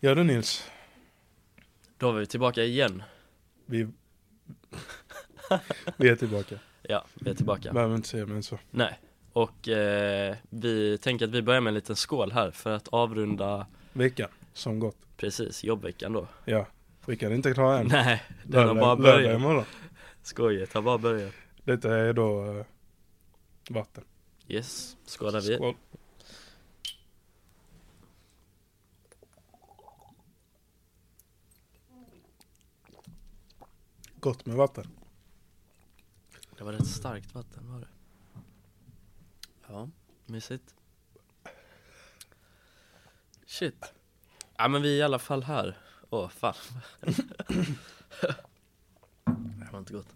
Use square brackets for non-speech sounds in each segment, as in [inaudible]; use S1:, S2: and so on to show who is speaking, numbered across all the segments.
S1: Ja du Nils,
S2: Då är vi tillbaka igen. [laughs]
S1: vi, vi är tillbaka.
S2: Ja, vi är tillbaka.
S1: Behöver inte säga mer än så.
S2: Nej. Och eh, vi tänker att vi börjar med en liten skål här för att avrunda
S1: Veckan som gått.
S2: precis jobbveckan då.
S1: Ja, veckan är inte klar än.
S2: Nej, den har
S1: Lördag-
S2: bara
S1: lördag
S2: börjat.
S1: imorgon.
S2: Skojet har bara börjat.
S1: Detta är då eh, vatten.
S2: Yes, skålar vi.
S1: Skål. Gott med vatten.
S2: Det var rätt starkt vatten var det. Ja, mysigt. Shit. Ja men vi är i alla fall här. Åh fan. det var inte gott.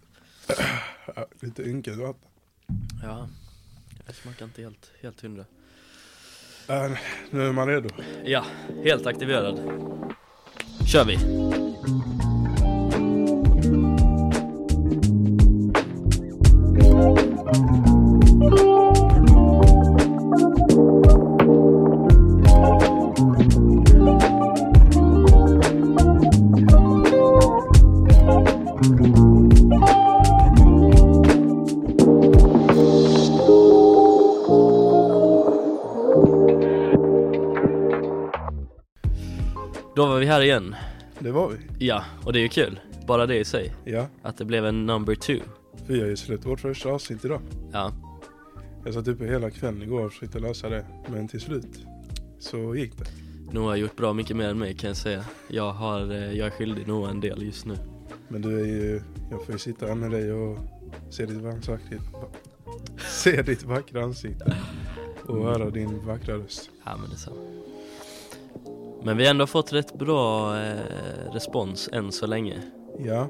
S1: Ja, Lite ynkelt vatten.
S2: Ja, det smakar inte helt, helt hundra.
S1: Äh, nu är man redo.
S2: Ja, helt aktiverad. Kör vi! Då var vi här igen.
S1: Det var vi.
S2: Ja, och det är ju kul. Bara det i sig.
S1: Ja,
S2: Att det blev en number two.
S1: vi har ju släppt vårt första avsnitt idag.
S2: Ja,
S1: Jag satt uppe hela kvällen igår och försökte lösa det. Men till slut så gick det.
S2: Noah har gjort bra mycket mer än mig kan jag säga. Jag, har, eh, jag är skyldig Noah en del just nu.
S1: Men du är ju, jag får ju sitta här med dig och se ditt ansikte. Se ditt vackra ansikte. Och
S2: Mm.
S1: höra din vackra röst.
S2: Ja, men det är sant. Men vi har ändå fått rätt bra eh, respons än så länge.
S1: Ja.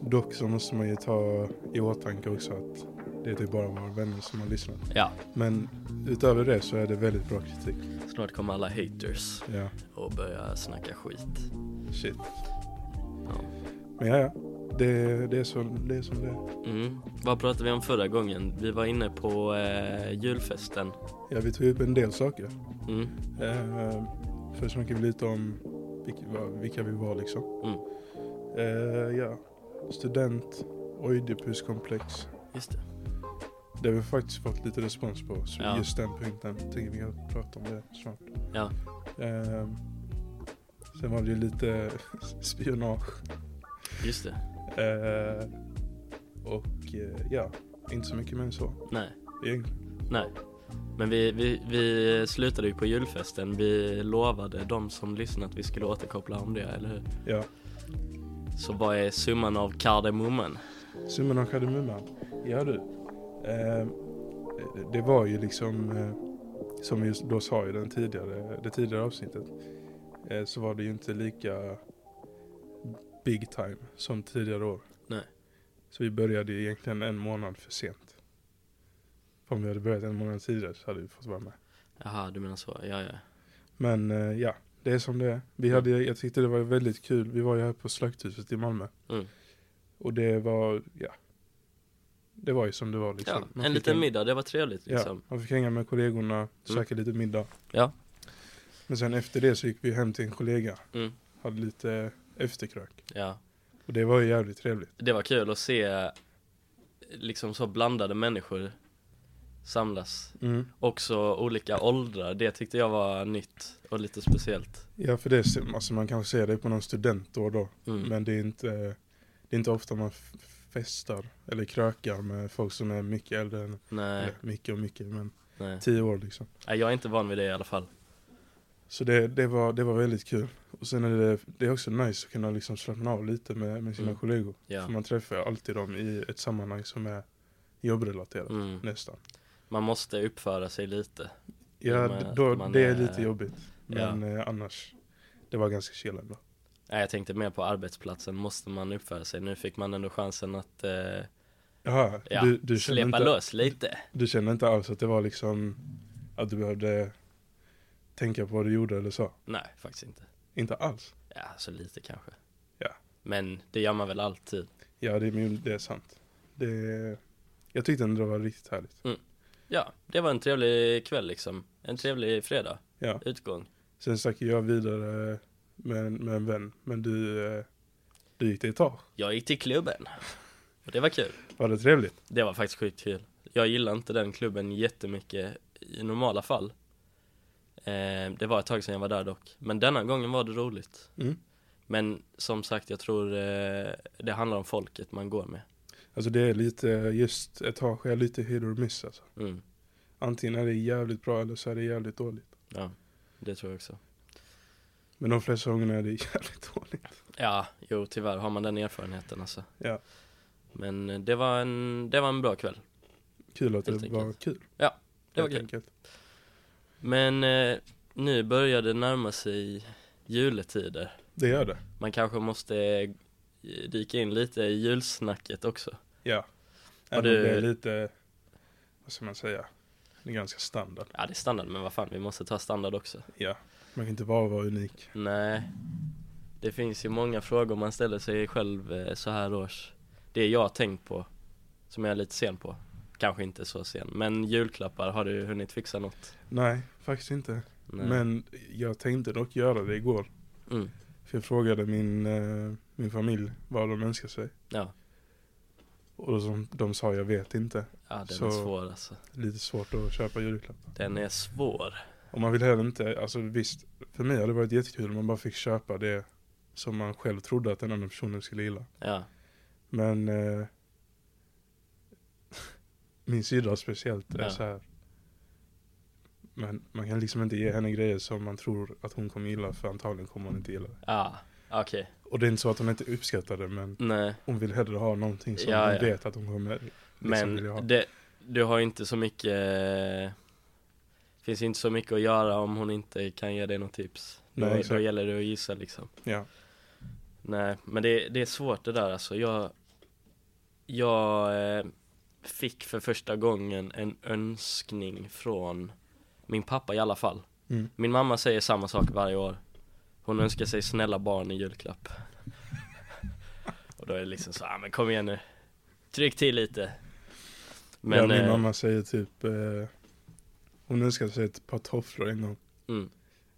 S1: Dock så måste man ju ta i åtanke också att det är typ bara våra vänner som har lyssnat.
S2: Ja,
S1: Men utöver det så är det väldigt bra kritik.
S2: snart kommer alla haters
S1: Ja,
S2: och börja snacka skit.
S1: shit.
S2: Ja.
S1: Men ja, ja. Det, det, är, som, det är som det är.
S2: Mm. Vad pratade vi om förra gången? Vi var inne på eh, julfesten.
S1: Ja, vi tog upp en del saker.
S2: Mm.
S1: Eh, först snackade vi lite om vilka, vad- vilka vi var liksom.
S2: Mm.
S1: Eh, ja. Student, Oidipuskomplex.
S2: Just det.
S1: Det har vi faktiskt fått lite respons på. Så
S2: Ja.
S1: just den punkten tänker vi att prata om det snart.
S2: Ja.
S1: Eh, sen var det ju lite [laughs] spionage.
S2: Just det.
S1: Eh, och eh, ja, inte så mycket mer än så
S2: Nej.
S1: egentligen.
S2: Nej. Men vi, vi, vi slutade ju på julfesten. Vi lovade de som lyssnade att vi skulle återkoppla om det, eller hur?
S1: Ja.
S2: Så vad är summan av kardemumman?
S1: Summan av kardemumman. Ja du. Eh, det var ju liksom, eh, som vi just då sa i den tidigare, det tidigare avsnittet, eh, så var det ju inte lika big time som tidigare år.
S2: Nej.
S1: Så vi började ju egentligen en månad för sent. Om vi hade börjat en månad tidigare så hade vi fått vara med.
S2: Jaha, du menar så. Ja, ja.
S1: Men eh, ja, det är som det är. Vi hade, jag tyckte det var väldigt kul. Vi var ju här på Slakthuset i Malmö.
S2: Mm.
S1: Och det var, ja. Det var ju som det var liksom.
S2: ja
S1: Man
S2: en
S1: fick
S2: liten middag, det var trevligt
S1: Ja,
S2: liksom. Mm.
S1: man fick hänga med kollegorna, käka lite middag.
S2: Ja.
S1: Men sen efter det så gick vi hem till en kollega.
S2: Mm.
S1: Hade lite efterkrök.
S2: Ja. ja.
S1: Och det var ju jävligt trevligt.
S2: Det var kul att se liksom så blandade människor samlas. Också olika åldrar, det tyckte jag var nytt och lite speciellt.
S1: Ja, för det är, så- alltså man kanske ser det på någon student då och då.
S2: Mm.
S1: Men det är inte, det är inte ofta man f- festar eller krökar med folk som är mycket äldre än
S2: Nej,
S1: eller mycket och mycket, men
S2: nej.
S1: tio år liksom.
S2: Nej, jag är inte van vid det i alla fall.
S1: Så det, det, var, det var väldigt kul. Och sen är det, det är också nice att kunna liksom slappna av lite med, med sina
S2: Mm.
S1: kollegor.
S2: Ja.
S1: För man träffar ju alltid dem i ett sammanhang som är jobbrelaterat.
S2: Mm.
S1: Nästan.
S2: Man måste uppföra sig lite.
S1: Ja,
S2: men
S1: d-
S2: att
S1: då,
S2: man
S1: det är
S2: är-
S1: lite jobbigt.
S2: Ja.
S1: Men eh, annars, det var ganska chill ändå.
S2: Nej, jag tänkte mer på arbetsplatsen, måste man uppföra sig? Nu fick man ändå chansen att eh,
S1: Jaha,
S2: ja,
S1: du, du, känner
S2: släppa
S1: inte,
S2: loss lite.
S1: du känner inte alls att det var liksom att du behövde tänka på vad du gjorde eller så?
S2: Nej, faktiskt inte.
S1: Inte alls.
S2: Ja, så lite kanske.
S1: Ja.
S2: Men det gör man väl alltid.
S1: Ja, det, är min- det är sant. Det, jag tyckte ändå det var riktigt härligt.
S2: Ja, det var en trevlig kväll liksom. En trevlig fredag.
S1: Ja.
S2: Utgång.
S1: Sen stack jag vidare med, en- med en vän. Men du, eh, du gick till gitarr.
S2: Jag gick till klubben. Och det var kul.
S1: Var det trevligt?
S2: Det var faktiskt skitkul. Jag gillar inte den klubben jättemycket i normala fall. Eh, det var ett tag sedan jag var där dock. Men denna gången var det roligt.
S1: Mm.
S2: Men som sagt, jag tror eh, det handlar om folket man går med.
S1: Alltså det är lite, just etage är lite hit or miss alltså.
S2: Mm.
S1: Antingen är det jävligt bra eller så är det jävligt dåligt.
S2: Ja, det tror jag också.
S1: Men de flesta gångerna är det [laughs] jävligt dåligt.
S2: Ja, jo tyvärr har man den erfarenheten alltså.
S1: Ja.
S2: Men eh, det var en, det var en bra kväll.
S1: Kul att
S2: Helt
S1: det var
S2: enkelt.
S1: kul.
S2: Ja, det var
S1: helt
S2: kul.
S1: enkelt.
S2: Men eh, nu börjar det närma sig juletider.
S1: Det gör det.
S2: Man kanske måste eh, dyka in lite i julsnacket också.
S1: Ja.
S2: Och
S1: Även om
S2: det-
S1: det är lite, vad ska man säga? Det är ganska standard.
S2: Ja, det är standard, men vad fan, vi måste ta standard också.
S1: Ja. Man kan inte bara vara unik.
S2: Nej, det finns ju många frågor man ställer sig själv eh, så här års. Det jag har tänkt på, som jag är lite sen på. Kanske inte så sen, men julklappar, har du hunnit fixa något?
S1: Nej, faktiskt inte.
S2: Nej.
S1: Men jag tänkte dock göra det igår.
S2: Mm.
S1: För jag frågade min, eh, min familj vad de önskar sig.
S2: Ja,
S1: Och de, de sa jag vet inte.
S2: ja den är
S1: Så-
S2: svår alltså.
S1: Lite svårt att köpa julklapp.
S2: Den är svår.
S1: Och man vill heller inte, alltså visst, för mig hade det varit jättekul om man bara fick köpa det som man själv trodde att den andra personen skulle gilla.
S2: Ja,
S1: Men eh, [laughs] min syrra speciellt är
S2: Ja.
S1: så här. Men man kan liksom inte ge henne grejer som man tror att hon kommer gilla för antagligen kommer hon inte gilla det.
S2: ja, okej.
S1: Och det är inte så att hon inte uppskattar det men
S2: Nej,
S1: hon vill hellre ha någonting som
S2: Ja,
S1: hon
S2: ja.
S1: vet att hon kommer liksom
S2: men
S1: vilja ha.
S2: det, du har ju inte så mycket eh, Finns ju inte så mycket att göra om hon inte kan ge dig något tips.
S1: Nej,
S2: då, då
S1: exakt.
S2: gäller det att gissa liksom.
S1: Ja.
S2: Nej, men det, det är svårt det där alltså. Jag, jag eh, fick för första gången en önskning från min pappa i alla fall.
S1: Mm.
S2: Min mamma säger samma sak varje år. Hon önskar sig snälla barn i julklapp. [laughs] Och då är det liksom så, ah, men kom igen nu. Tryck till lite. Men,
S1: ja, min
S2: eh,
S1: mamma säger typ eh, Hon önskar sig ett par tofflor en gång
S2: Mm.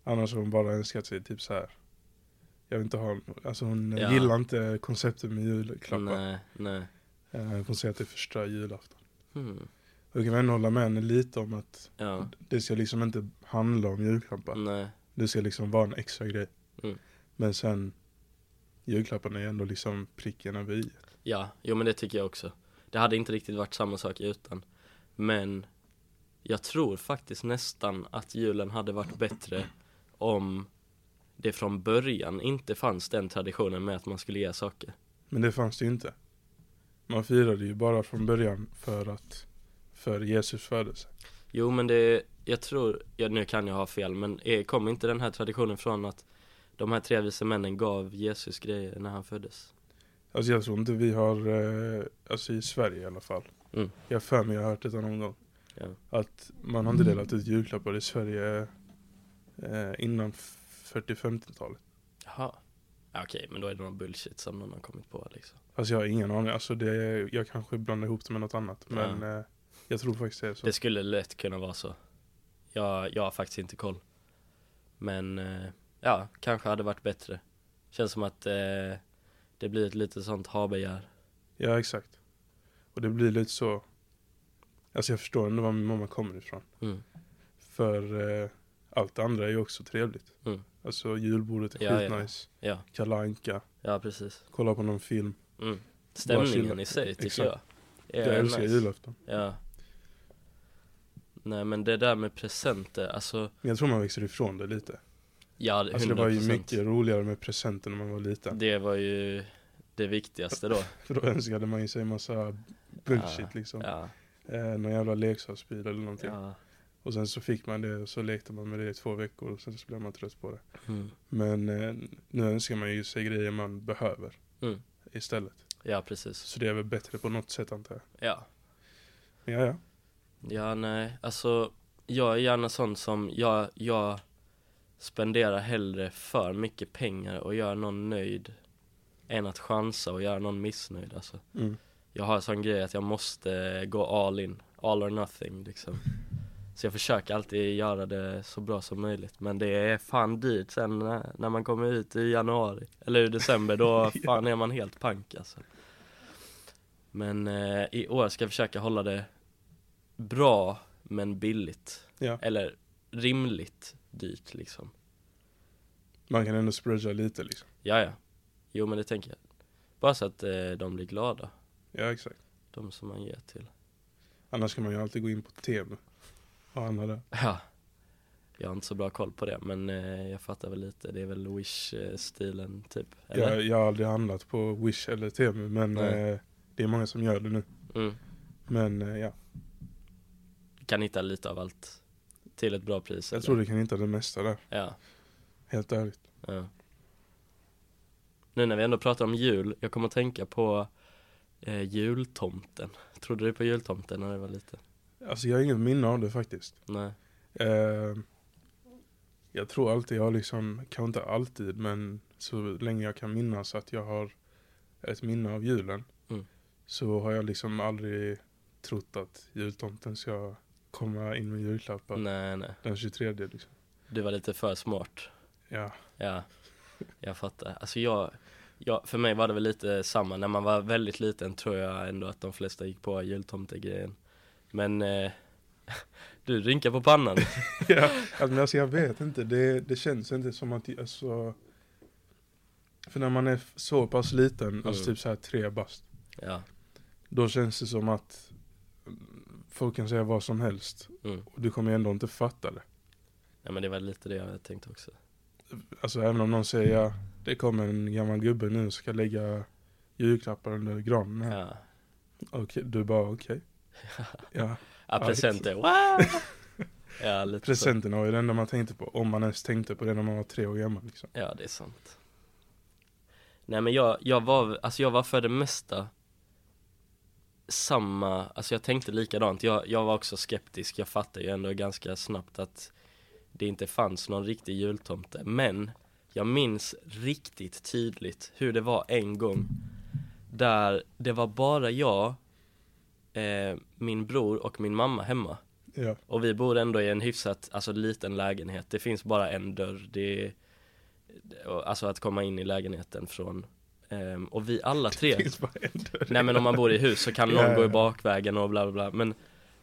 S1: Annars har hon bara önskat sig typ så här. Jag vill inte ha, alltså hon eh,
S2: Ja.
S1: gillar inte konceptet med julklappar
S2: Nej, nej.
S1: Eh, Hon säger att det förstör julafton
S2: Hmm.
S1: Och jag kan ändå hålla med henne lite om att
S2: Ja,
S1: Det ska liksom inte handla om julklappar
S2: nej.
S1: Det ska liksom vara en extra grej
S2: Mm.
S1: Men sen Julklapparna är ändå liksom pricken över i
S2: Ja, jo men det tycker jag också. Det hade inte riktigt varit samma sak utan. Men jag tror faktiskt nästan att julen hade varit bättre om det från början inte fanns den traditionen med att man skulle ge saker.
S1: Men det fanns det ju inte Man firade ju bara från början för att För Jesus födelse
S2: Jo men det, jag tror, ja, nu kan jag ha fel men eh, kom inte den här traditionen från att de här tre vise männen gav Jesus grejer när han föddes?
S1: Alltså jag tror inte vi har, eh, alltså i Sverige i alla fall.
S2: Mm.
S1: Jag har för mig jag har hört detta någon gång.
S2: Ja.
S1: Att man har inte delat ut julklappar i Sverige eh, innan 40-50-talet.
S2: Jaha. Ja, Okej, men då är det någon bullshit som någon har kommit på liksom.
S1: Alltså jag har ingen aning, alltså det, jag kanske blandar ihop det med något annat. Men eh, jag tror faktiskt det är så.
S2: Det skulle lätt kunna vara så. Jag, jag har faktiskt inte koll. Men eh, ja, kanske hade varit bättre. Känns som att eh, det blir ett litet sånt habegär.
S1: Ja exakt. Och det blir lite så, alltså jag förstår ändå var min mamma kommer ifrån.
S2: Mm.
S1: För eh, allt det andra är ju också trevligt.
S2: Mm.
S1: Alltså julbordet är
S2: Ja, ja, ja.
S1: skitnice.
S2: Ja,
S1: Kalle Anka,
S2: ja precis.
S1: kolla på någon film.
S2: Mm.
S1: chilla.
S2: Stämningen i sig tycker
S1: Exakt.
S2: jag. är
S1: jag älskar
S2: nice.
S1: julafton.
S2: Ja. Nej men det där med presenter, alltså
S1: Men jag tror man växer ifrån det lite.
S2: ja 100%.
S1: Alltså det var ju mycket roligare med presenter när man var liten.
S2: Det var ju det viktigaste då.
S1: För [laughs] då önskade man ju sig en massa bullshit
S2: Ja,
S1: liksom.
S2: Ja,
S1: Eh, någon jävla leksaksbil eller någonting.
S2: ja.
S1: Och sen så fick man det och så lekte man med det i två veckor och sen så blev man trött på det.
S2: Mm.
S1: Men eh, nu önskar man ju sig grejer man behöver
S2: Mm.
S1: istället.
S2: ja precis.
S1: Så det är väl bättre på något sätt antar jag.
S2: Ja.
S1: Men ja, ja.
S2: Ja, nej, alltså jag är gärna sån som, jag, jag spenderar hellre för mycket pengar och gör någon nöjd än att chansa och göra någon missnöjd alltså.
S1: Mm.
S2: Jag har en sån grej att jag måste gå all in, all or nothing liksom. Så jag försöker alltid göra det så bra som möjligt Men det är fan dyrt sen när, när man kommer ut i januari Eller i december, då fan är man helt pank alltså Men eh, i år ska jag försöka hålla det bra men billigt
S1: Ja.
S2: Eller rimligt dyrt liksom
S1: Man kan ändå splurga lite liksom.
S2: Ja, ja. Jo men det tänker jag Bara så att eh, de blir glada
S1: Ja, exakt.
S2: De som man ger till
S1: Annars kan man ju alltid gå in på Temu och handla där.
S2: Ja Jag har inte så bra koll på det men eh, jag fattar väl lite Det är väl Wish-stilen typ eller?
S1: Jag, jag har aldrig handlat på Wish eller Temu men
S2: Nej.
S1: eh, det är många som gör det nu.
S2: Mm.
S1: Men eh, ja,
S2: Kan hitta lite av allt Till ett bra pris
S1: jag
S2: eller?
S1: tror du kan hitta det mesta där.
S2: ja,
S1: Helt ärligt.
S2: ja Nu när vi ändå pratar om jul Jag kommer att tänka på eh, jultomten Trodde du på jultomten när du var liten?
S1: Alltså jag har inget minne av det faktiskt.
S2: Nej
S1: Eh, jag tror alltid jag har liksom, kanske inte alltid men så länge jag kan minnas att jag har ett minne av julen.
S2: Mm.
S1: Så har jag liksom aldrig trott att jultomten ska komma in med julklappar
S2: Nej nej
S1: den 23 liksom.
S2: Du var lite för smart
S1: Ja,
S2: Ja, jag fattar. Alltså jag, jag, för mig var det väl lite samma. När man var väldigt liten tror jag ändå att de flesta gick på jultomtegrejen. Men eh, [laughs] du rynkar på pannan.
S1: [laughs] ja. Alltså, men alltså jag vet inte, det, det känns inte som att jag så... För när man är f- så pass liten, alltså
S2: Mm.
S1: typ så här tre bast.
S2: Ja,
S1: Då känns det som att mm, folk kan säga vad som helst
S2: mm.
S1: och du kommer ändå inte fatta det.
S2: Nej, men det var lite det jag tänkte också.
S1: Alltså även om någon säger ja, det kommer en gammal gubbe nu och ska lägga julklappar under granen här.
S2: Ja,
S1: Och du bara
S2: [laughs]
S1: okej. Ja,
S2: ja
S1: Ja,
S2: presenter. Wow! [laughs] Ja, lite
S1: presenterna var ju det enda man tänkte på. Om man ens tänkte på det när man var tre år gammal liksom.
S2: Så. Ja, det är sant. Nej men jag, jag var, alltså jag var för det mesta samma, alltså jag tänkte likadant. Jag, jag var också skeptisk, jag fattade ju ändå ganska snabbt att det inte fanns någon riktig jultomte. Men jag minns riktigt tydligt hur det var en gång där det var bara jag, eh, min bror och min mamma hemma.
S1: Ja,
S2: Och vi bor ändå i en hyfsat, alltså liten lägenhet. Det finns bara en dörr. Det är, alltså att komma in i lägenheten från. ehm, och vi alla tre.
S1: [laughs] det finns bara en dörr.
S2: Nej men om man bor i hus så kan
S1: Ja,
S2: någon
S1: ja,
S2: gå i
S1: ja.
S2: bakvägen och bla bla bla. Men,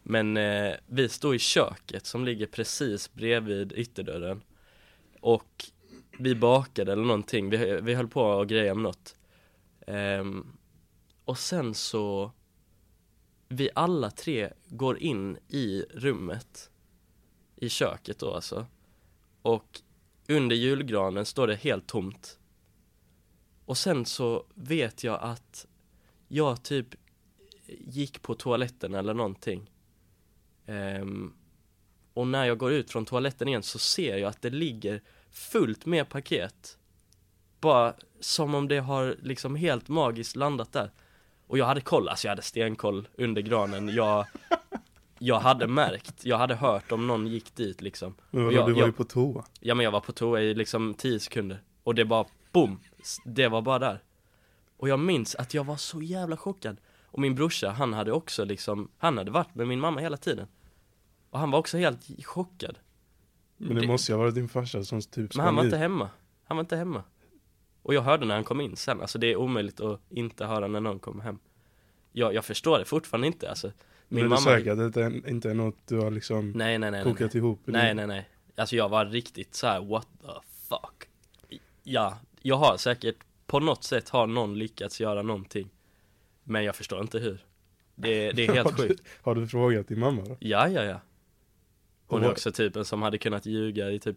S2: men eh, vi står i köket som ligger precis bredvid ytterdörren. Och vi bakade eller någonting. Vi, vi höll på och grejade med något. Ehm, och sen så vi alla tre går in i rummet i köket då alltså och under julgranen står det helt tomt och sen så vet jag att jag typ gick på toaletten eller någonting Ehm, och när jag går ut från toaletten igen så ser jag att det ligger fullt med paket bara som om det har liksom helt magiskt landat där och jag hade koll, alltså jag hade stenkoll under granen Jag, jag hade märkt, jag hade hört om någon gick dit liksom
S1: Men vadå,
S2: Ja,
S1: du var
S2: ja.
S1: ju på toa.
S2: Ja men jag var på toa i liksom 10 sekunder Och det bara boom! S- Det var bara där Och jag minns att jag var så jävla chockad Och min brorsa han hade också liksom Han hade varit med min mamma hela tiden Och han var också helt chockad
S1: Men det,
S2: Mm, Det-
S1: måste ju ha varit din farsa som typ
S2: Men han
S1: sprang
S2: var
S1: ut.
S2: inte hemma Han var inte hemma Och jag hörde när han kom in sen Alltså det är omöjligt att inte höra när någon kommer hem Jag, jag förstår det fortfarande inte alltså
S1: Men är du säker att det inte är- inte är något du har liksom
S2: Nej nej nej nej,
S1: kokat
S2: nej.
S1: ihop?
S2: Nej nej nej Alltså jag var riktigt så här: what the fuck Ja, jag har säkert På något sätt har någon lyckats göra någonting Men jag förstår inte hur Det, det är
S1: [laughs]
S2: helt
S1: har, du,
S2: sjukt
S1: har du frågat din mamma då?
S2: Ja ja ja Hon
S1: Och
S2: är
S1: vad-
S2: också typen som hade kunnat ljuga i typ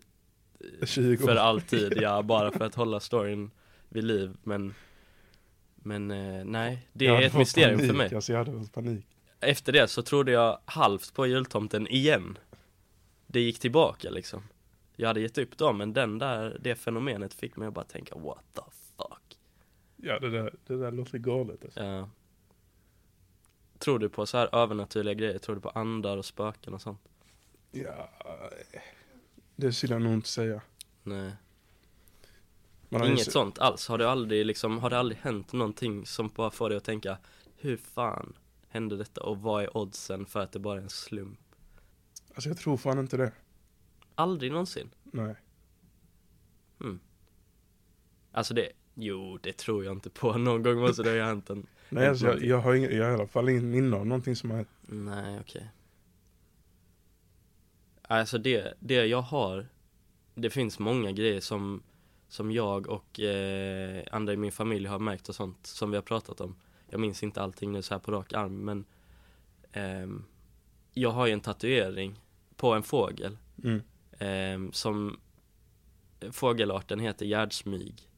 S1: 20
S2: för
S1: år.
S2: alltid Ja, bara för att hålla storyn vid liv Men Men eh, nej, det
S1: Jag
S2: är
S1: hade
S2: ett
S1: fått
S2: mysterium
S1: panik,
S2: för mig
S1: Alltså jag hade fått panik.
S2: Efter det så trodde jag halvt på jultomten igen Det gick tillbaka liksom Jag hade gett upp då men den där, det fenomenet fick mig att bara tänka what the fuck
S1: Ja det där, det där låter galet alltså.
S2: Ja. Tror du på så här övernaturliga grejer? Tror du på andar och spöken och sånt?
S1: Ja, det skulle jag nog inte säga.
S2: Nej
S1: Man har ju
S2: Inget
S1: se-
S2: sånt alls? Har det aldrig liksom, har det aldrig hänt någonting som bara får dig att tänka Hur fan hände detta och vad är oddsen för att det bara är en slump?
S1: Alltså jag tror fan inte det.
S2: Aldrig någonsin.
S1: Nej.
S2: Alltså det, jo det tror jag inte på. [laughs] Någon gång måste det ha hänt en.
S1: Nej alltså jag, jag har ingen, jag har i alla fall ingen minne av någonting som har hänt.
S2: Nej okej. Alltså det, det jag har, det finns många grejer som, som jag och eh, andra i min familj har märkt och sånt som vi har pratat om. Jag minns inte allting nu så här på rak arm men ehm, jag har ju en tatuering på en fågel
S1: Mm.
S2: Ehm, som fågelarten heter gärdsmyg.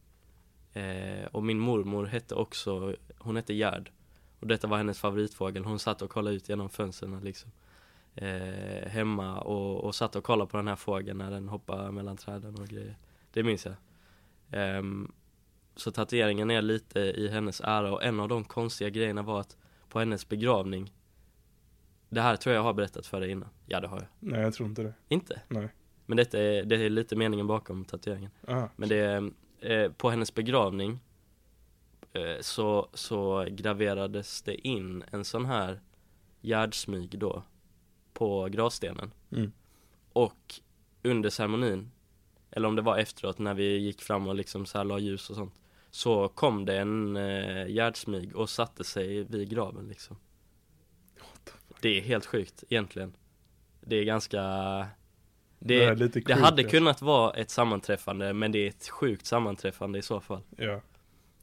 S2: Eh, och min mormor hette också, hon hette Gärd. Och detta var hennes favoritfågel. Hon satt och kollade ut genom fönstren liksom. Eh, hemma och, och satt och kollade på den här fågeln när den hoppade mellan träden och grejer. Det minns jag. Ehm, så tatueringen är lite i hennes ära och en av de konstiga grejerna var att på hennes begravning Det här tror jag har berättat för dig innan. Ja det har jag.
S1: Nej jag tror inte det.
S2: Inte?
S1: Nej.
S2: Men detta är, det är lite meningen bakom tatueringen.
S1: Ah.
S2: Men det är, eh, på hennes begravning eh, så, så graverades det in en sån här gärdsmyg då på gravstenen.
S1: Mm.
S2: Och under ceremonin, eller om det var efteråt när vi gick fram och liksom så här la ljus och sånt, så kom det en eh, gärdsmyg och satte sig vid graven liksom. Det är helt sjukt egentligen. Det är ganska...
S1: Det är lite
S2: Det
S1: creepy,
S2: hade
S1: alltså.
S2: kunnat vara ett sammanträffande men det är ett sjukt sammanträffande i så fall.
S1: alltså. Ja.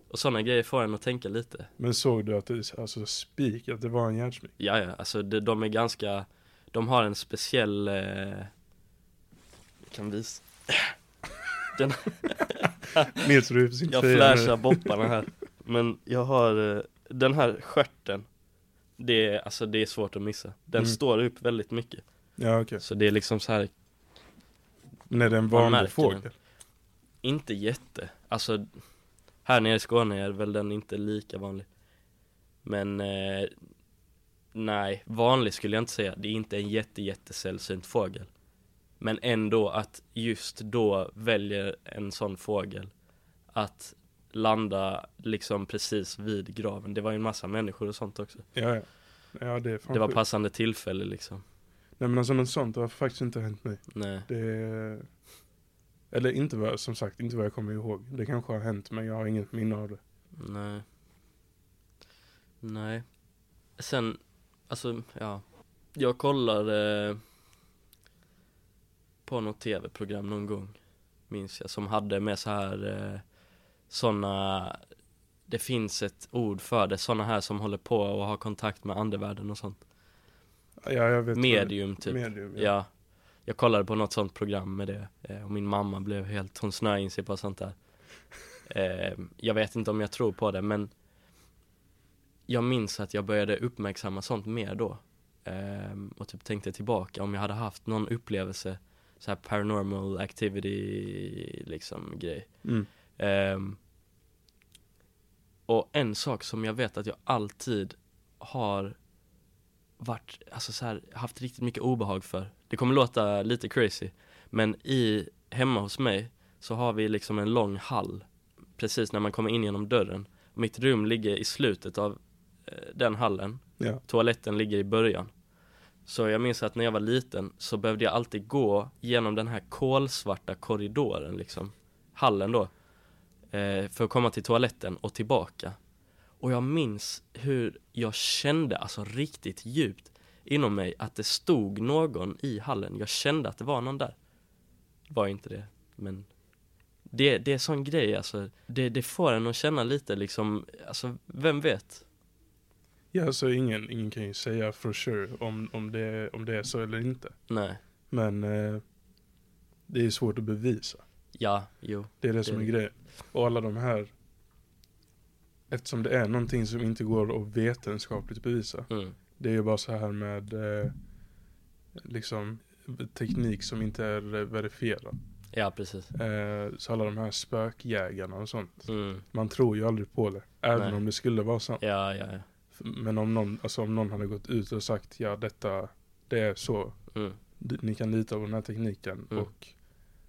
S2: Och sådana grejer får en att tänka lite.
S1: Men såg du att det, alltså spik, att det var en hjärnsmyg?
S2: Ja, ja, alltså de, de är ganska, de har en speciell... Eh... Jag kan visa.
S1: Nils du är på sin
S2: Jag
S1: tröja
S2: flashar
S1: [laughs]
S2: bopparna här. Men jag har eh, den här skörten. Det är, alltså det är svårt att missa. Den
S1: Mm.
S2: står upp väldigt mycket.
S1: nu. Ja okej.
S2: Så det är liksom så här
S1: Men är det en
S2: Man
S1: vanlig
S2: märker
S1: fågel?
S2: Inte jätte, alltså Här nere i Skåne är väl den inte lika vanlig Men eh, Nej, vanlig skulle jag inte säga Det är inte en jätte jättesällsynt fågel Men ändå att just då väljer en sån fågel Att landa liksom precis vid graven Det var ju en massa människor och sånt också
S1: Ja ja. Ja det är fan
S2: Det var
S1: sjukt.
S2: passande tillfälle liksom
S1: Nej men alltså något sånt har faktiskt inte hänt mig.
S2: Nej,
S1: Det är... Eller inte vad, som sagt, inte vad jag kommer ihåg. Det kanske har hänt men jag har inget minne av det.
S2: nej Nej Sen, alltså, ja. Jag kollade eh, på något tv-program någon gång, minns jag, som hade med så här eh, såna, det finns ett ord för det, såna här som håller på och har kontakt med andevärlden och sånt.
S1: Ja jag vet vad det är.
S2: Medium typ.
S1: Medium, ja.
S2: Ja. Jag kollade på något sånt program med det eh, och min mamma blev helt, hon snöade in sig på sånt där. Eh, Jag vet inte om jag tror på det men jag minns att jag började uppmärksamma sånt mer då. Eh, Och typ tänkte tillbaka om jag hade haft någon upplevelse, så här paranormal activity liksom grej.
S1: Mm.
S2: Ehm, och en sak som jag vet att jag alltid har varit, alltså så här, haft riktigt mycket obehag för. Det kommer låta lite crazy, men i, hemma hos mig så har vi liksom en lång hall precis när man kommer in genom dörren. Mitt rum ligger i slutet av eh, den hallen.
S1: Ja.
S2: Toaletten ligger i början. Så jag minns att när jag var liten så behövde jag alltid gå genom den här kolsvarta korridoren liksom hallen då eh, för att komma till toaletten och tillbaka. Och jag minns hur jag kände, alltså riktigt djupt inom mig, att det stod någon i hallen. Jag kände att det var någon där. Det var ju inte det, men det, det är sån grej alltså. Det, det får en att känna lite liksom, alltså vem vet?
S1: Ja så ingen, ingen kan ju säga for sure om, om, det, om det är så eller inte.
S2: Nej,
S1: Men eh, det är svårt att bevisa.
S2: ja, jo,
S1: Det är det som är
S2: Det-
S1: grejen. Och alla de här Eftersom det är någonting som inte går att vetenskapligt bevisa.
S2: mm,
S1: Det är ju bara så här med eh, liksom teknik som inte är verifierad.
S2: ja precis.
S1: Eh, så alla de här spökjägarna och sånt.
S2: Mm.
S1: Man tror ju aldrig på det. Även
S2: Nej.
S1: om det skulle vara sant.
S2: Ja, ja, ja.
S1: Men om någon, alltså om någon hade gått ut och sagt ja detta, det är så.
S2: Mm.
S1: D- Ni kan lita på den här tekniken
S2: Mm.
S1: och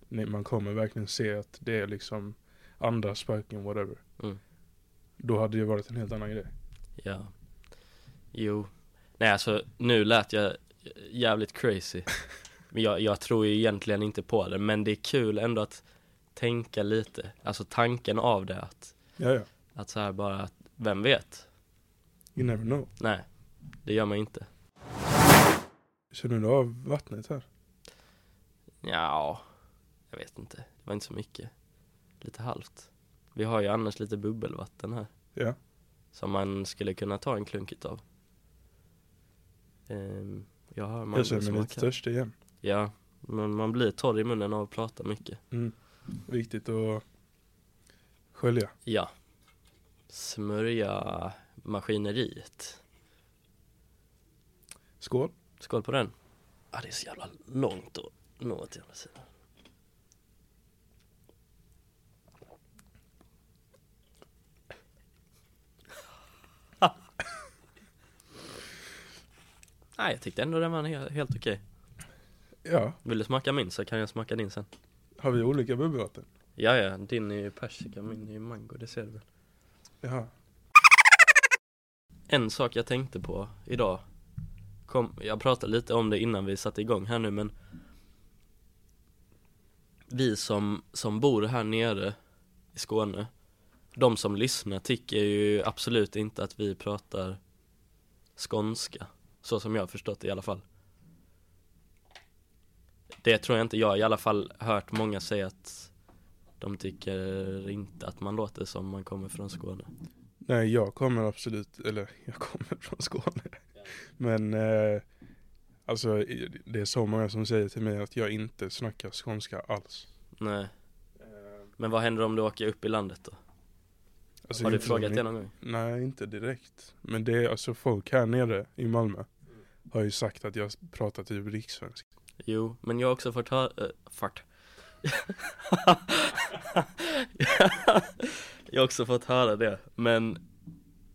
S1: ni, man kommer verkligen se att det är liksom andra spöken, whatever.
S2: Mm.
S1: Då hade det varit en helt annan grej.
S2: Ja Jo Nej alltså nu lät jag jävligt [laughs] crazy Men jag, jag tror ju egentligen inte på det men det är kul ändå att tänka lite Alltså tanken av det att,
S1: Ja, ja.
S2: att så här bara, att, vem vet?
S1: You never know.
S2: Nej, det gör man inte
S1: Känner du av vattnet här?
S2: Ja, jag vet inte. Det var inte så mycket. Lite halvt. Vi har ju annars lite bubbelvatten här.
S1: Ja.
S2: Som man skulle kunna ta en klunk utav. Ehm, jag har
S1: Jag känner mig lite
S2: mandelsmak här.
S1: törstig igen.
S2: Ja, men man blir torr i munnen av att prata mycket.
S1: Viktigt att skölja.
S2: Ja. Smörja maskineriet.
S1: Skål.
S2: Skål på den. Ah, det är så jävla långt att nå till andra sidan. [laughs] Nej, Ah, jag tyckte ändå den var he- helt okej.
S1: Ja,
S2: Vill du smaka min så kan jag smaka din sen.
S1: har vi olika bubbelvatten?
S2: Ja, ja, din är ju persika, min är ju mango, det ser du väl.
S1: Jaha.
S2: En sak jag tänkte på idag kom, Jag pratade lite om det innan vi satte igång här nu men Vi som, som bor här nere i Skåne De som lyssnar tycker ju absolut inte att vi pratar skånska Så som jag har förstått det i alla fall Det tror jag inte, jag har i alla fall hört många säga att De tycker inte att man låter som man kommer från Skåne
S1: Nej, jag kommer absolut, eller jag kommer [laughs] från Skåne. Men eh, alltså i- det är så många som säger till mig att jag inte snackar skånska alls.
S2: Nej Eh. Men vad händer om du åker upp i landet då?
S1: Alltså,
S2: har du
S1: inte-
S2: frågat det någon gång?
S1: Nej, inte direkt. Men det är alltså folk här nere i Malmö har ju sagt att jag pratar typ rikssvenska.
S2: Jo, men jag har också fått höra, äh, fart [laughs] Jag har också fått höra det, men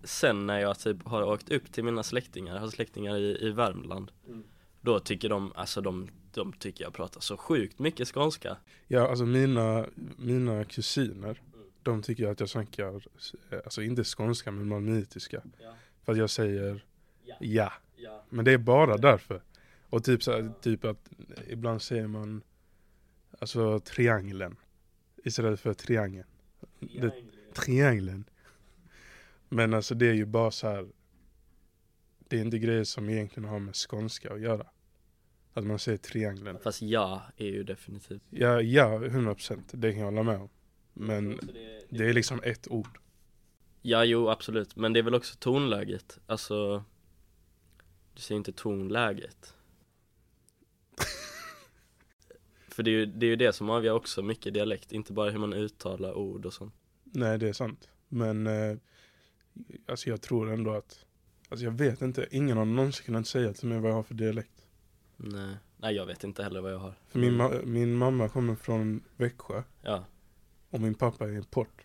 S2: sen när jag typ har åkt upp till mina släktingar, jag har släktingar i, i Värmland Då tycker de, alltså de, de tycker jag pratar så sjukt mycket skånska
S1: Ja, alltså mina, mina kusiner, de tycker att jag snackar, eh, alltså inte skånska men malmöitiska.
S2: Ja.
S1: För att jag säger
S2: Ja.
S1: ja. Men det är bara därför. Och typ, så här, typ att ibland säger man alltså triangeln istället för triangeln. Det, triangeln. Men alltså det är ju bara så här. Det är inte grejer som egentligen har med skånska att göra. Att man säger triangeln.
S2: Fast ja är ju definitivt
S1: Ja, ja, 100%. Det kan jag hålla med om. Men det är liksom ett ord.
S2: Ja, jo, absolut. Men det är väl också tonläget. Alltså, du säger
S1: [laughs]
S2: inte tonläget. För det är, ju, det är ju det som avgör också mycket dialekt, inte bara hur man uttalar ord och sånt.
S1: Nej, det är sant. Men eh, alltså jag tror ändå att... Alltså jag vet inte. Ingen har någonsin kunnat säga till mig vad jag har för dialekt.
S2: Nej, nej jag vet inte heller vad jag har.
S1: För min, ma- min mamma kommer från Växjö
S2: Ja.
S1: och min pappa är import.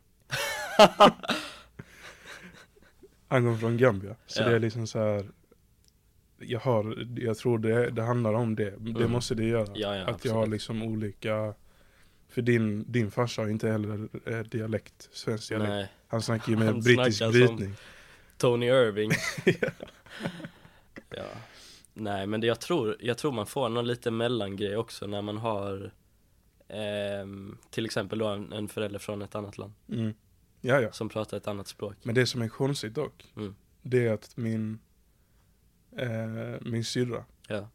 S1: Han kommer från Gambia. Så
S2: Ja.
S1: det är liksom så här... Jag, har, jag tror det, det handlar om det. [laughs] Det
S2: Mm.
S1: måste det göra.
S2: Ja, ja,
S1: att jag
S2: absolut.
S1: har liksom olika... För din, din farsa har inte heller eh, dialekt, svensk dialekt.
S2: Nej,
S1: Han snackar ju med
S2: Han
S1: brittisk
S2: snackar som-
S1: brytning.
S2: Tony [laughs] Irving. ja. Nej, men det, jag, tror, jag tror man får någon liten mellangrej också när man har ehm, till exempel då en, en förälder från ett annat land
S1: Mm. Ja, ja.
S2: som pratar ett annat språk.
S1: Men det som är konstigt dock,
S2: Mm.
S1: det är att min, eh, min syrra,
S2: Ja.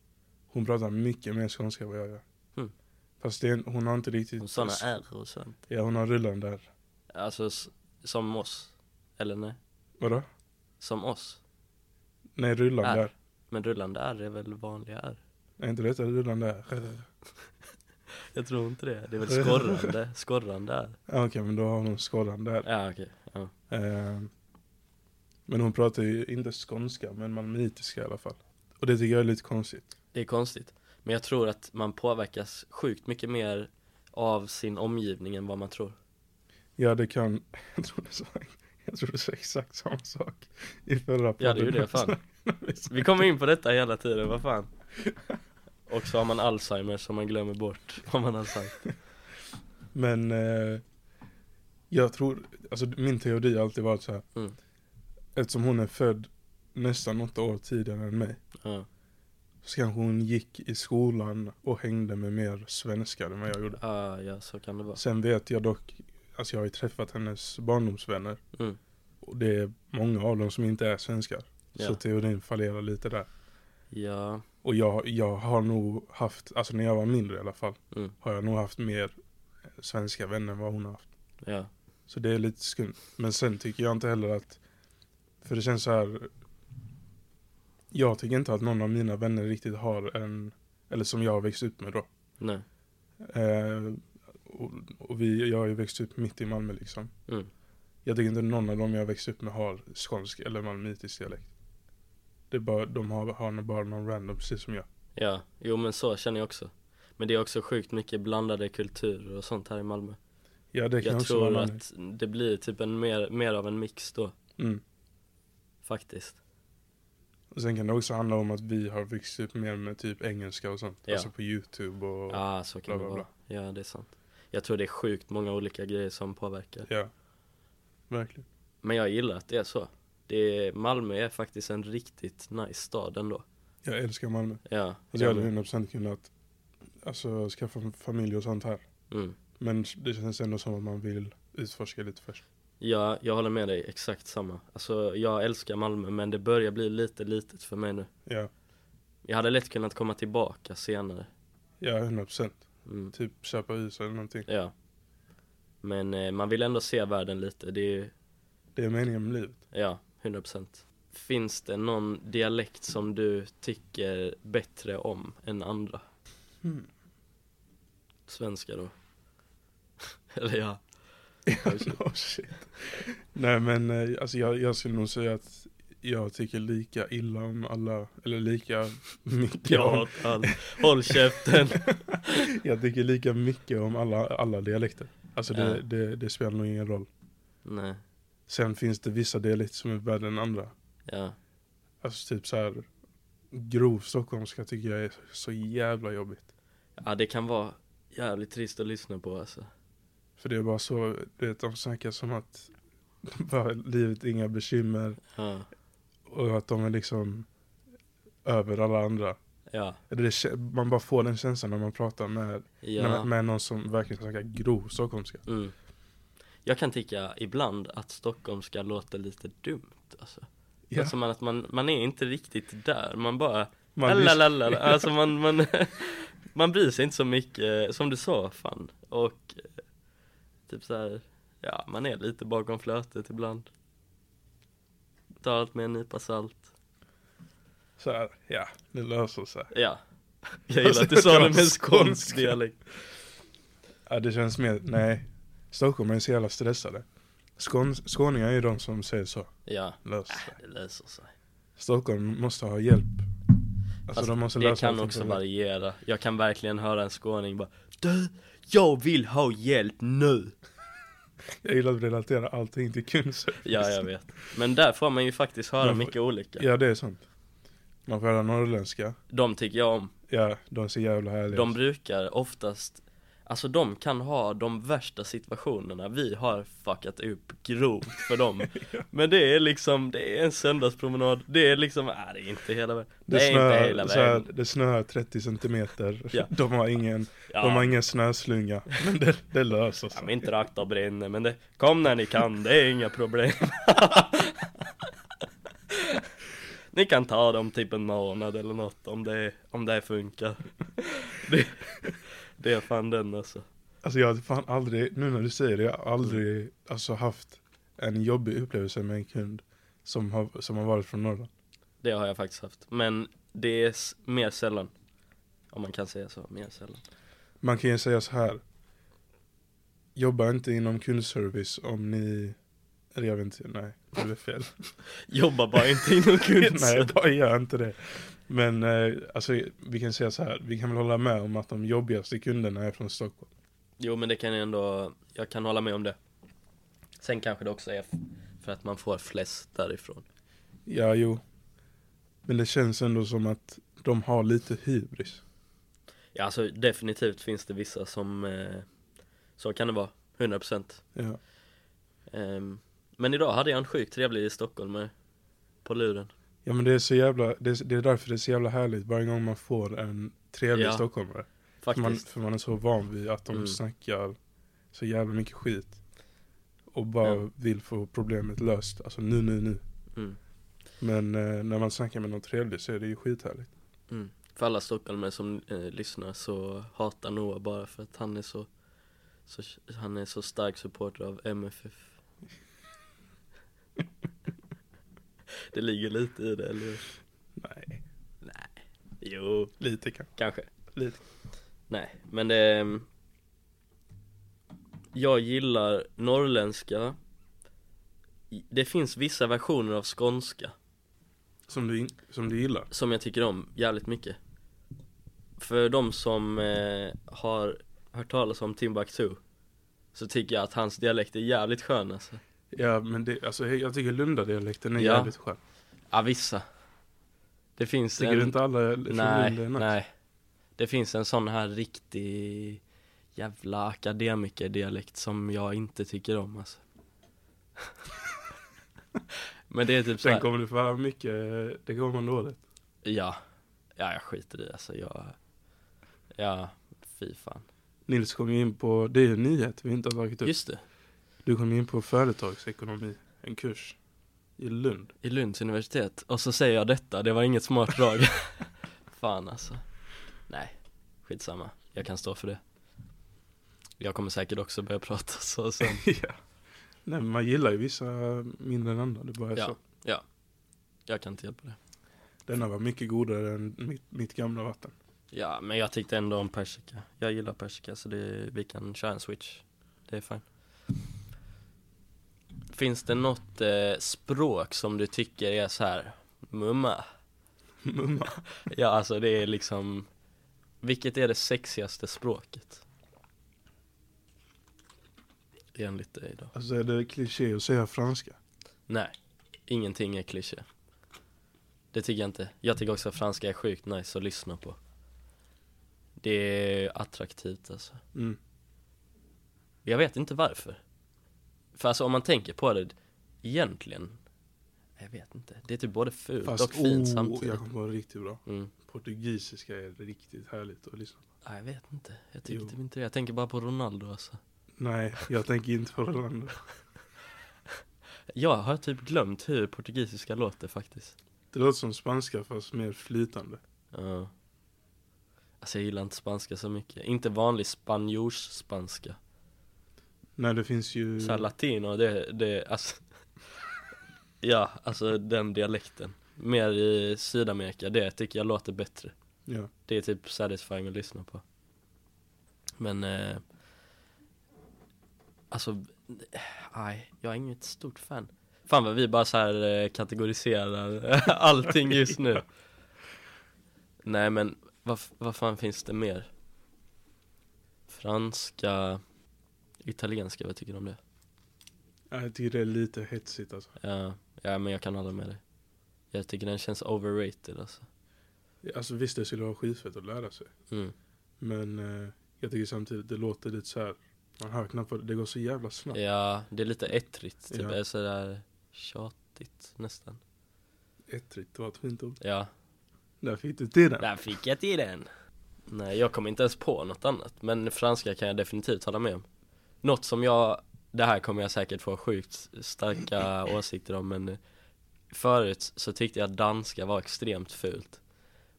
S1: hon pratar mycket mer skånska än vad jag gör.
S2: Mm.
S1: Fast det, är- hon har inte riktigt...
S2: Och sådana är och sånt.
S1: Ja, hon har rullen där.
S2: Alltså s- som oss, eller nej,
S1: Vadå?
S2: som oss
S1: Nej, rullan
S2: Är.
S1: där.
S2: Men rullande R är väl vanliga R?
S1: Är inte detta rullan där?
S2: Jag tror inte det, det är väl skorrande, skorrande R?
S1: Ja, okej, men då har hon skadan där.
S2: Ja okej, ja.
S1: Eh, men hon pratar ju inte skånska, men malmöitiska i alla fall. Och det tycker jag är lite konstigt.
S2: det är konstigt Men jag tror att man påverkas sjukt mycket mer av sin omgivning än vad man tror
S1: Ja, det kan... [laughs] Jag tror det sa, jag tror det sa exakt samma sak i förra
S2: Ja det är ju det, fan
S1: [laughs]
S2: Vi kommer in på detta hela tiden, vad fan Och så har man Alzheimer som man glömmer bort vad man har sagt
S1: Men eh, jag tror, alltså min teori har alltid varit så här.
S2: Mm.
S1: Eftersom hon är född nästan åtta år tidigare än mig.
S2: ja.
S1: Så kanske hon gick i skolan och hängde med mer svenskar än vad jag gjorde.
S2: Ah, ja, så kan det vara.
S1: Sen vet jag dock, alltså jag har ju träffat hennes barndomsvänner.
S2: Mm.
S1: Och det är många av dem som inte är svenskar. Så
S2: Ja.
S1: teorin fallerar lite där.
S2: ja,
S1: Och jag, jag har nog haft, alltså när jag var mindre i alla fall,
S2: Mm.
S1: har jag nog haft mer eh, svenska vänner än vad hon har haft.
S2: ja,
S1: Så det är lite skumt. Men sen tycker jag inte heller att, för det känns så här. Jag tycker inte att någon av mina vänner riktigt har en, eller som jag har växt upp med då.
S2: nej.
S1: Eh, och, och vi, jag har ju växt upp mitt i Malmö liksom.
S2: Mm.
S1: Jag tycker inte någon av dem jag växt upp med har skånsk eller malmöitisk dialekt. Det är bara, de har, har nog bara någon random, precis som jag.
S2: Ja, jo men så känner jag också. Men det är också sjukt mycket blandade kulturer och sånt här i Malmö.
S1: Ja, det kan
S2: Jag
S1: också vara
S2: tror
S1: någon.
S2: att det blir typ en mer, mer av en mix då,
S1: Mm.
S2: faktiskt.
S1: Och sen kan det också handla om att vi har växt upp mer med typ engelska och sånt.
S2: Ja.
S1: Alltså på YouTube och... Ja.
S2: Ja, ah, så kan
S1: bla,
S2: det
S1: bla,
S2: vara. Ja, det är sant. Jag tror det är sjukt många olika grejer som påverkar.
S1: Verkligen.
S2: Men jag gillar att det är så. Det är, Malmö är faktiskt en riktigt nice stad ändå.
S1: Jag älskar Malmö.
S2: Ja,
S1: Alltså, jag hade 100% kunnat alltså, skaffa familj och sånt här.
S2: mm.
S1: Men det känns ändå som att man vill utforska lite först.
S2: ja, jag håller med dig exakt samma. Alltså, jag älskar Malmö men det börjar bli lite litet för mig nu.
S1: Ja,
S2: Jag hade lätt kunnat komma tillbaka senare.
S1: ja 100%.
S2: Mm.
S1: Typ köpa hus eller någonting.
S2: Ja. Men eh, man vill ändå se världen lite. Det är ju,
S1: Det är meningen med livet.
S2: ja, 100%. Finns det någon dialekt som du tycker bättre om än andra?
S1: Hmm.
S2: Svenska då? [laughs] Eller ja.
S1: Oh, shit. Nej men eh, alltså, jag, jag skulle nog säga att jag tycker lika illa om alla, eller lika mycket om,
S2: [laughs] Ja, all, håll käften.
S1: jag tycker lika mycket om alla, alla dialekter. Alltså det,
S2: Ja.
S1: det, det spelar nog ingen roll.
S2: Nej,
S1: Sen finns det vissa dialekter som är värre än andra.
S2: ja,
S1: Alltså typ så här grov stockholmska tycker jag är så jävla jobbigt.
S2: ja det kan vara jävligt trist att lyssna på alltså
S1: För det är bara så, du vet de snackar som att bara livet inga bekymmer
S2: Ja,
S1: och att de är liksom över alla andra.
S2: ja,
S1: Eller det, kä- man bara får den känslan när man pratar med, med,
S2: ja.
S1: med någon som verkligen snackar grov stockholmska.
S2: Mm. Jag kan tycka ibland att stockholmska låter lite dumt alltså
S1: Ja,
S2: Alltså man, att man, man är inte riktigt där, man bara
S1: man lyssnar-
S2: lalalala, Alltså man, man, [laughs] man bryr sig inte så mycket, som du sa fan Och eh, typ så här, ja man är lite bakom flötet ibland Tar allt med en nypa salt
S1: så här, ja, det löser sig. [laughs]
S2: Ja Jag
S1: Alltså,
S2: gillar att du sa
S1: det
S2: det
S1: var
S2: med skånsk
S1: skånska.
S2: dialekt
S1: Ja, det känns mer, nej. Stockholm är så jävla stressade. Skån, skåningar är ju de som säger så,
S2: Ja,
S1: löser sig.
S2: äh, det löser sig
S1: Stockholm måste ha hjälp. Alltså,
S2: Fast
S1: de måste
S2: Det
S1: lösa
S2: kan
S1: allting
S2: också
S1: själva.
S2: variera Jag kan verkligen höra en skåning bara Du, jag vill ha hjälp nu!
S1: Jag gillar att relatera allting till kundservice.
S2: Ja, jag vet Men där får man ju faktiskt höra
S1: Man får-
S2: mycket olika
S1: Ja, det är sant. Man får höra norrländska.
S2: De tycker jag om
S1: Ja, de är så jävla härliga.
S2: De brukar oftast Alltså de kan ha de värsta situationerna Vi har fuckat upp grovt
S1: [laughs]
S2: för dem Men det är liksom, det är en söndagspromenad Det är liksom, nej det är inte hela världen Det, är inte hela
S1: så här,
S2: världen
S1: det snöar 30 centimeter.
S2: Ja.
S1: [laughs] De har ingen,
S2: Ja.
S1: de har ingen snöslunga. Men det, det löser
S2: Ja,
S1: sig.
S2: men inte rakt av brinner, men det, kom när ni kan, det är inga problem. [laughs] ni kan ta dem typ en månad eller något om det, om det funkar. Det, det är fan den alltså.
S1: Alltså jag har fan aldrig, nu när du säger det, jag har aldrig alltså, haft en jobbig upplevelse med en kund som har, som har varit från Norrland.
S2: Det har jag faktiskt haft. Men det är s- mer sällan. Om man kan säga så, mer sällan.
S1: Man kan ju säga så här. Jobba inte inom kundservice om ni, eller jag vet inte, nej, det blev
S2: [laughs]
S1: fel.
S2: Jobba bara inte inom
S1: [laughs] nej,
S2: kundservice.
S1: bara gör inte det. Men eh, alltså, vi kan säga så här, vi kan väl hålla med om att de jobbigaste kunderna är från Stockholm.
S2: Jo men det kan jag ändå, jag kan hålla med om det. Sen kanske det också är f- för att man får flest därifrån.
S1: Ja, jo. Men det känns ändå som att de har lite hybris.
S2: Ja alltså definitivt finns det vissa som eh, Så kan det vara, 100%
S1: Ja.
S2: Ehm, Men idag hade jag en sjukt trevlig i Stockholm eh, På luren
S1: Ja men det är så jävla, det är, det är därför det är så jävla härligt varje gång man får en trevlig
S2: Ja,
S1: stockholmare. För
S2: faktiskt.
S1: man, för man är så van vid att de
S2: Mm.
S1: snackar så jävla mycket skit. Och bara
S2: Ja.
S1: vill få problemet löst, alltså nu, nu, nu.
S2: Mm.
S1: Men eh, när man snackar med någon trevlig så är det ju skithärligt.
S2: Mm. För alla stockholmare som eh, lyssnar så hatar Noah bara för att han är så, så han är så stark supporter av MFF [laughs] Det ligger lite i det, eller hur?
S1: Nej,
S2: Jo,
S1: lite kanske.
S2: kanske
S1: Lite.
S2: Nej, men det ehm, Jag gillar norrländska Det finns vissa versioner av skånska
S1: Som du, in- som du gillar.
S2: som jag tycker om jävligt mycket För de som eh, har hört talas om Timbuktu Så tycker jag att hans dialekt är jävligt skön alltså
S1: Ja men det, alltså jag tycker Lundadialekten är
S2: Ja.
S1: jävligt skön.
S2: Ja vissa Det finns
S1: Tycker
S2: en...
S1: du inte alla från
S2: Nej,
S1: Lund är nice?
S2: nej Det finns en sån här riktig jävla akademikerdialekt som jag inte tycker om alltså [laughs] Men det är typ
S1: Sen
S2: såhär,
S1: kommer det för vara mycket, det kommer man dåligt.
S2: ja Ja jag skiter i alltså, jag Ja, fy fan
S1: Nils kom ju in på, det är ju en nyhet vi inte har tagit upp.
S2: Just det,
S1: Du kom in på företagsekonomi, en kurs i Lund.
S2: i Lunds universitet och så säger jag detta, det var inget smart drag [laughs] Fan alltså Nej, skitsamma, jag kan stå för det Jag kommer säkert också börja prata så sen
S1: [laughs] ja. Nej men man gillar ju vissa mindre än andra, det bara är
S2: Ja.
S1: så.
S2: Jag kan inte hjälpa det
S1: Denna var mycket godare än mitt, mitt gamla vatten.
S2: Ja, men jag tyckte ändå om persika Jag gillar persika så det, vi kan köra en switch Det är fine Finns det något eh, språk som du tycker är så här mumma?
S1: Mumma.
S2: [laughs] Ja, alltså det är liksom Vilket är det sexigaste språket? Enligt dig då?
S1: Alltså är det kliché att säga franska?
S2: Nej, ingenting är kliché Det tycker jag inte Jag tycker också att franska är sjukt nice att lyssna på Det är attraktivt alltså
S1: Mm.
S2: Jag vet inte varför För alltså om man tänker på det Egentligen Jag vet inte Det är typ både fult och fint
S1: oh,
S2: samtidigt
S1: jag kommer vara riktigt bra.
S2: mm.
S1: Portugisiska är riktigt härligt att lyssna på.
S2: ja, Jag vet inte Jag tycker
S1: Jo.
S2: typ inte det Jag tänker bara på Ronaldo alltså
S1: Nej, jag tänker inte på Rolando.
S2: Jag har typ glömt hur portugisiska låter faktiskt
S1: Det låter som spanska fast mer flytande.
S2: Ja Alltså jag gillar inte spanska så mycket Inte vanlig spanjors-spanska
S1: Nej det finns ju...
S2: Såhär latino, det, det, alltså [laughs] Ja, alltså den dialekten Mer i Sydamerika, det tycker jag låter bättre
S1: Ja.
S2: Det är typ satisfying att lyssna på Men eh, Alltså Nej, jag är inget stort fan Fan vad vi bara så här eh, kategoriserar [laughs] allting just nu Nej men vad, f- vad fan finns det mer? Franska Italienska, vad tycker du om det?
S1: Ja, Jag tycker det är lite hetsigt alltså.
S2: Ja, ja men jag kan hålla med dig Jag tycker den känns overrated alltså
S1: Alltså visst det skulle vara skitfett att lära sig.
S2: mm.
S1: Men eh, jag tycker samtidigt det låter lite så här. Man hör knappt vad det går så jävla snabbt.
S2: Ja, det är lite ettrigt, typ,
S1: Ja.
S2: ja. sådär tjatigt nästan
S1: Ettrigt, det var ett fint ord.
S2: Ja,
S1: Där fick du till den.
S2: där fick jag till den Nej, jag kommer inte ens på något annat Men franska kan jag definitivt hålla med om Något som jag, det här kommer jag säkert få sjukt starka åsikter om men eh, Förut så tyckte jag att danska var extremt fult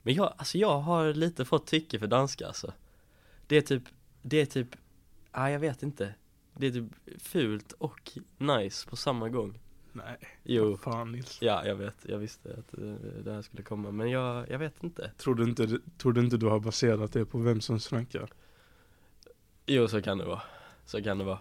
S2: Men jag, alltså jag har lite fått tycke för danska alltså Det är typ, det är typ, ah, jag vet inte Det är typ fult och nice på samma gång
S1: Nej,
S2: Jo
S1: vad fan Nils.
S2: Ja, jag vet. Jag visste att eh, det här skulle komma. Men jag, jag vet inte.
S1: Tror du, inte, tror du inte du har baserat det på vem som snackar?
S2: Jo, så kan det vara. Så kan det vara.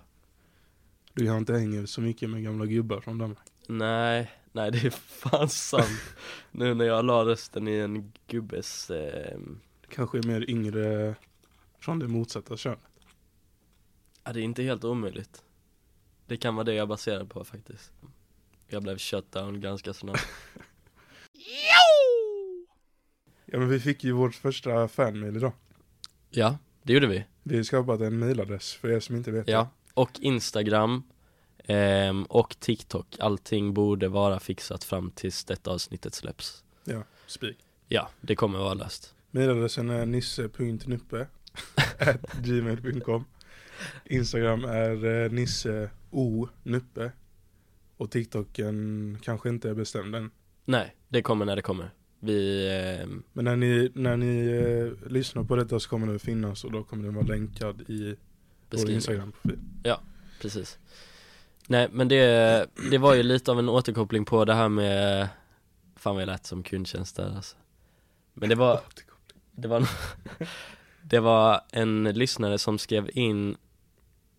S1: Du kan inte hänga så mycket med gamla gubbar från Danmark.
S2: Nej, nej det är fan [laughs] sant. nu när jag la rösten i en gubbes... Eh,
S1: Det Kanske är mer yngre från det motsatta könet.
S2: ja, det är inte helt omöjligt. Det kan vara det jag baserar på faktiskt. Jag blev shut down ganska snabbt.
S1: Ja men vi fick ju vårt första fanmail idag.
S2: [laughs] ja, det gjorde vi.
S1: Vi har skapat en mailadress för er som inte vet
S2: Ja, och Instagram. Eh, Ehm, och TikTok, allting borde vara fixat fram tills detta avsnittet släpps
S1: Ja, spik.
S2: Ja, det kommer vara löst
S1: Mejladressen är nisse.nuppe at gmail.com Instagram är eh, nisseonuppe och TikToken kanske inte är bestämd än.
S2: Nej, det kommer när det kommer Vi, ehm,
S1: Men när ni, när ni eh, lyssnar på detta så kommer den finnas och då kommer den vara länkad i vår
S2: beskriver
S1: Instagram-profil.
S2: Precis Nej men det, det var ju lite av en återkoppling på det här med Fan vad jag lät som kundtjänst där alltså. Men det var, det var, [laughs] det var en lyssnare som skrev in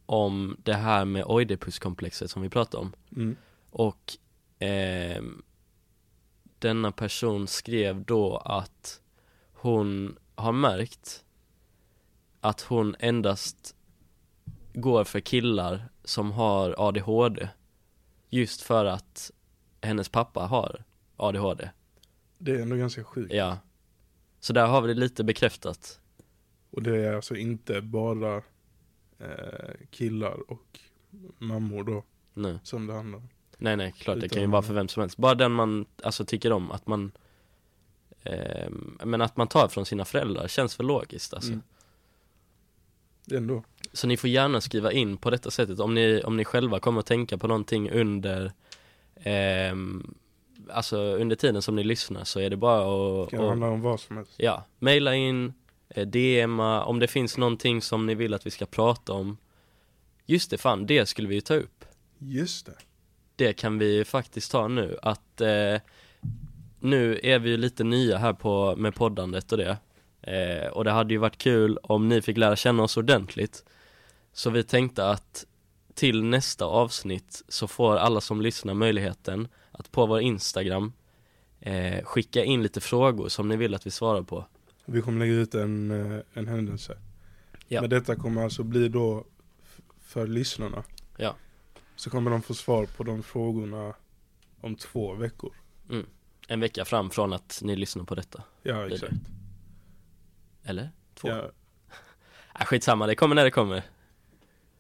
S2: om det här med Oidipuskomplexet som vi pratade om
S1: Mm.
S2: och ehm, denna person skrev då att hon har märkt att hon endast går för killar som har ADHD just för att hennes pappa har ADHD.
S1: Det är ändå ganska sjukt.
S2: Ja. Så där har vi det lite bekräftat.
S1: Och det är alltså inte bara eh, killar och mammor då
S2: nu.
S1: som det handlar om.
S2: Nej nej, klart det kan ju
S1: Utan-
S2: vara för vem som helst. Bara den man alltså tycker om, att man ehm, Men att man tar från sina föräldrar känns väl logiskt alltså.
S1: Mm. Det är ändå.
S2: Så ni får gärna skriva in på detta sättet om ni, om ni själva kommer att tänka på någonting under ehm, Alltså under tiden som ni lyssnar så är det bara
S1: Det
S2: att
S1: kan handla
S2: och,
S1: om vad som helst.
S2: Ja, mejla in, eh, DMa, om det finns någonting som ni vill att vi ska prata om Just det, fan det skulle vi ju ta upp
S1: Just det.
S2: det kan vi ju faktiskt ta nu att eh, nu är vi ju lite nya här på, med poddandet och det eh, och det hade ju varit kul om ni fick lära känna oss ordentligt så vi tänkte att till nästa avsnitt så får alla som lyssnar möjligheten att på vår Instagram eh, skicka in lite frågor som ni vill att vi svarar på
S1: Vi kommer lägga ut en, eh, en händelse.
S2: Ja.
S1: Men detta kommer alltså bli då f- för lyssnarna.
S2: Ja.
S1: Så kommer de få svar på de frågorna om två veckor.
S2: en vecka fram från att ni lyssnar på detta
S1: Ja,
S2: det.
S1: exakt.
S2: eller? Två? Ja.
S1: Ja.
S2: Ah, skitsamma, det kommer när det kommer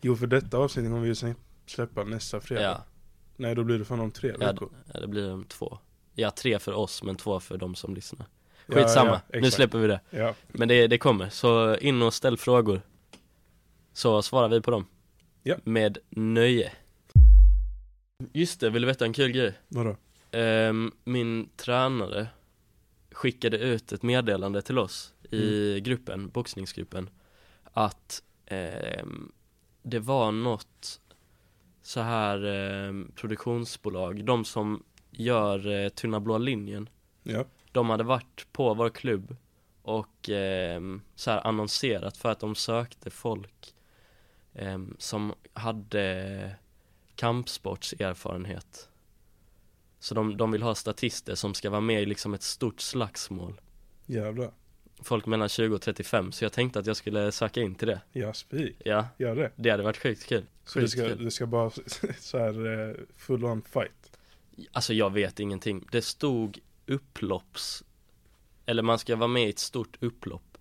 S1: Jo, för detta avsnitt kommer vi ju sen släppa nästa fredag.
S2: ja.
S1: Nej, då blir det fan om tre
S2: Ja,
S1: veckor.
S2: Ja, det blir de två. Ja, tre för oss men två för de som lyssnar.
S1: Ja,
S2: Skitsamma,
S1: ja,
S2: nu
S1: exakt.
S2: släpper vi det.
S1: Ja,
S2: Men det, det kommer, så in och ställ frågor. Så svarar vi på dem.
S1: Ja.
S2: Med nöje. Just det, vill du veta en kul grej?
S1: vadå?
S2: Ehm, min tränare skickade ut ett meddelande till oss i
S1: Mm.
S2: gruppen, boxningsgruppen att ehm, det var något så här ehm, produktionsbolag, de som gör eh, Tunna blå linjen
S1: Ja,
S2: de hade varit på vår klubb och ehm, så här annonserat för att de sökte folk ehm, som hade kampsportserfarenhet. Så de, de vill ha statister som ska vara med i liksom ett stort slagsmål.
S1: jävlar.
S2: Folk mellan 20 och 35, så jag tänkte att jag skulle söka in till det.
S1: Ja, spik.
S2: Ja,
S1: Gör det.
S2: det hade varit sjukt kul.
S1: Så det ska,
S2: Skitkul.
S1: det ska bara [laughs] så här eh, full on fight.
S2: Alltså jag vet ingenting. Det stod upplopps Eller man ska vara med i ett stort upplopp